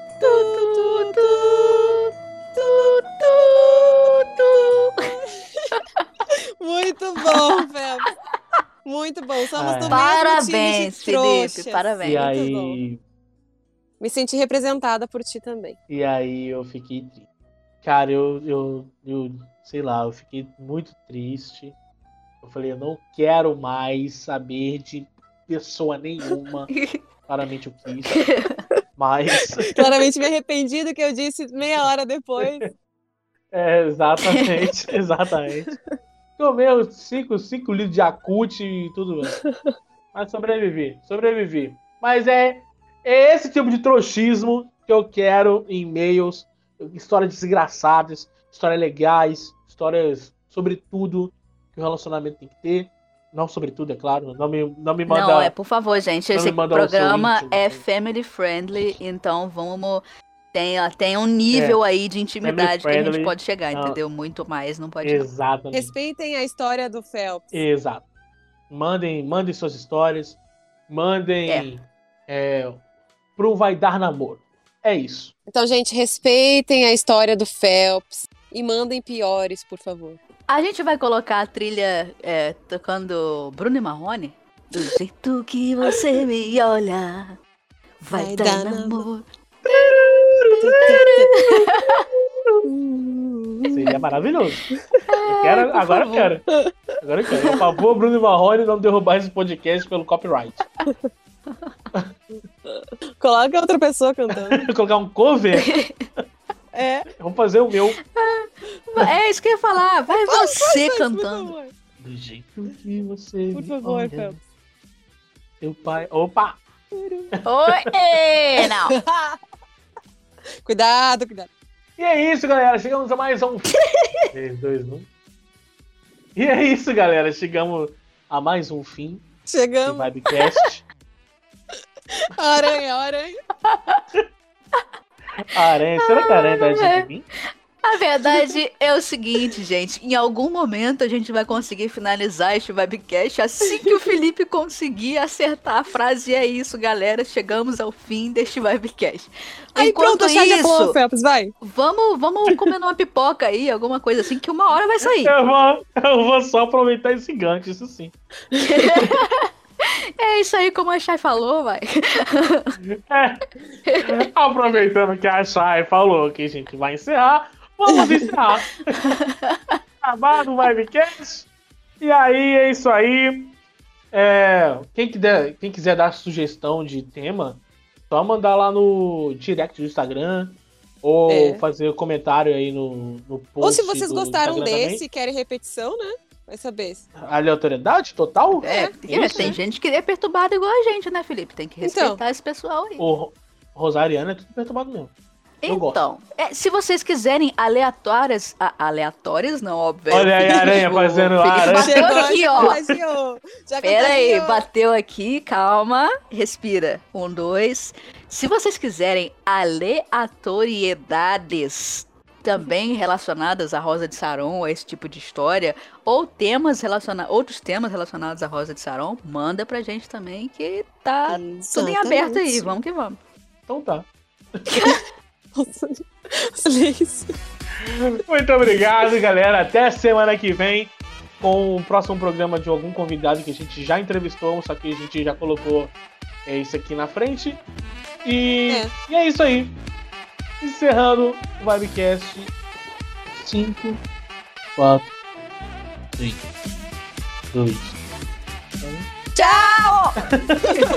Speaker 3: Muito bom, Felps. Muito bom. Somos
Speaker 2: Ah, é.
Speaker 3: do mesmo time
Speaker 4: Parabéns,
Speaker 3: de
Speaker 4: Felipe.
Speaker 3: trouxas.
Speaker 2: E
Speaker 4: Parabéns.
Speaker 3: É Muito bom.
Speaker 2: aí,
Speaker 3: Me senti representada por ti também.
Speaker 2: E aí eu fiquei triste. Cara, eu, eu, eu sei lá, eu fiquei muito triste. Eu falei, eu não quero mais saber de pessoa nenhuma. Claramente eu quis. Mas.
Speaker 3: Claramente me arrependi do que eu disse meia hora depois.
Speaker 2: É, exatamente, exatamente. Tomei uns 5 cinco litros de acute e tudo mais. Mas sobrevivi, sobrevivi. Mas é, é esse tipo de trouxismo que eu quero em e-mails, histórias desgraçadas, histórias legais, histórias sobre tudo que o relacionamento tem que ter. Não sobre tudo, é claro. Não me, não me manda.
Speaker 4: Não, é, por favor, gente.
Speaker 2: Não
Speaker 4: Esse
Speaker 2: me manda o seu
Speaker 4: programa
Speaker 2: íntimo.
Speaker 4: é family friendly, então vamos. Tem, tem um nível aí de intimidade que a gente
Speaker 2: É, friendly. ah,
Speaker 4: pode chegar,
Speaker 2: Não.
Speaker 4: entendeu? Muito mais, não pode. não.
Speaker 2: Exatamente.
Speaker 3: Respeitem a história do Felps.
Speaker 2: Exato. Mandem, mandem suas histórias. Mandem é, pro Vai Dar Namoro. É isso.
Speaker 3: Então, gente, respeitem a história do Phelps e mandem piores, por favor.
Speaker 4: A gente vai colocar a trilha é, tocando Bruno e Marrone. Do jeito que você me olha, vai,
Speaker 3: Vai
Speaker 4: dar
Speaker 3: dar
Speaker 4: namoro.
Speaker 2: Seria maravilhoso. Eu quero-
Speaker 4: por
Speaker 2: agora eu
Speaker 4: favor.
Speaker 2: quero. Agora eu quero. Por favor, Bruno e Marrone, não derrubar esse podcast pelo copyright.
Speaker 3: Coloca outra pessoa cantando.
Speaker 2: Vou colocar um cover,
Speaker 3: É,
Speaker 2: vou fazer o meu.
Speaker 4: É isso que eu ia falar. Vai você cantando.
Speaker 3: por favor.
Speaker 2: Do jeito que você.
Speaker 3: Por
Speaker 2: me
Speaker 3: favor,
Speaker 2: olha,
Speaker 3: Phelps.
Speaker 2: Seu pai. Opa!
Speaker 4: Oi! Não!
Speaker 3: Cuidado, cuidado.
Speaker 2: E é isso, galera. Chegamos a mais um. 3, 2, 1. E é isso, galera. Chegamos a mais um fim do
Speaker 3: Chegamos.
Speaker 2: Vibecast.
Speaker 3: Aranha, aranha. Ah, é.
Speaker 2: Aranha, será que a aranha tá é de mim?
Speaker 4: A verdade é o seguinte, gente. Em algum momento a gente vai conseguir finalizar este webcast assim que o Felipe conseguir acertar a frase. E é isso, galera. Chegamos ao fim deste webcast.
Speaker 3: Aí
Speaker 4: Enquanto
Speaker 3: pronto, a chave é boa,
Speaker 4: isso,
Speaker 3: Felps, vai.
Speaker 4: vamos, vamos comer uma pipoca aí, alguma coisa assim, que uma hora vai sair.
Speaker 2: Eu vou, eu vou só aproveitar esse gancho, isso sim.
Speaker 4: É isso aí, como a Chay falou, vai.
Speaker 2: É. Aproveitando que a Chay falou que a gente vai encerrar, vamos encerrar. Acabar no Vibecast. E aí, é isso aí. É, quem, que der- quem quiser dar sugestão de tema, só mandar lá no direct do Instagram. Ou
Speaker 3: É.
Speaker 2: fazer comentário aí no, no post.
Speaker 3: Ou se vocês
Speaker 2: do
Speaker 3: gostaram
Speaker 2: Instagram também.
Speaker 3: desse e querem repetição, né? Vai saber.
Speaker 2: Aleatoriedade total?
Speaker 4: É, porque
Speaker 2: Isso.
Speaker 4: tem gente que é perturbada igual a gente, né, Felipe? Tem que
Speaker 3: Então.
Speaker 4: respeitar esse pessoal aí.
Speaker 2: O Ro- Rosariano é tudo perturbado mesmo. eu gosto.
Speaker 4: Então, é, se vocês quiserem aleatórias. a- aleatórias, não, óbvio.
Speaker 2: Olha aí a aranha
Speaker 4: O
Speaker 2: fazendo
Speaker 4: Felipe
Speaker 2: a aranha.
Speaker 4: Bateu aqui, ó.
Speaker 3: ó. Já
Speaker 4: Pera aí,
Speaker 3: contagiou.
Speaker 4: bateu aqui, calma, respira. Um, dois. Se vocês quiserem aleatoriedades também relacionadas à Rosa de Saron, a esse tipo de história, ou temas relaciona outros temas relacionados à Rosa de Saron, manda pra gente também, que tá tudo em aberto aí,
Speaker 3: Exatamente.
Speaker 4: vamos que vamos.
Speaker 2: Então tá.
Speaker 3: Nossa, olha isso.
Speaker 2: Muito obrigado, galera. Até semana que vem com o próximo programa de algum convidado que a gente já entrevistou, só que a gente já colocou é, isso aqui na frente. E e é, isso aí. Encerrando o Vibecast 5, 4, 3, 2,
Speaker 4: Tchau!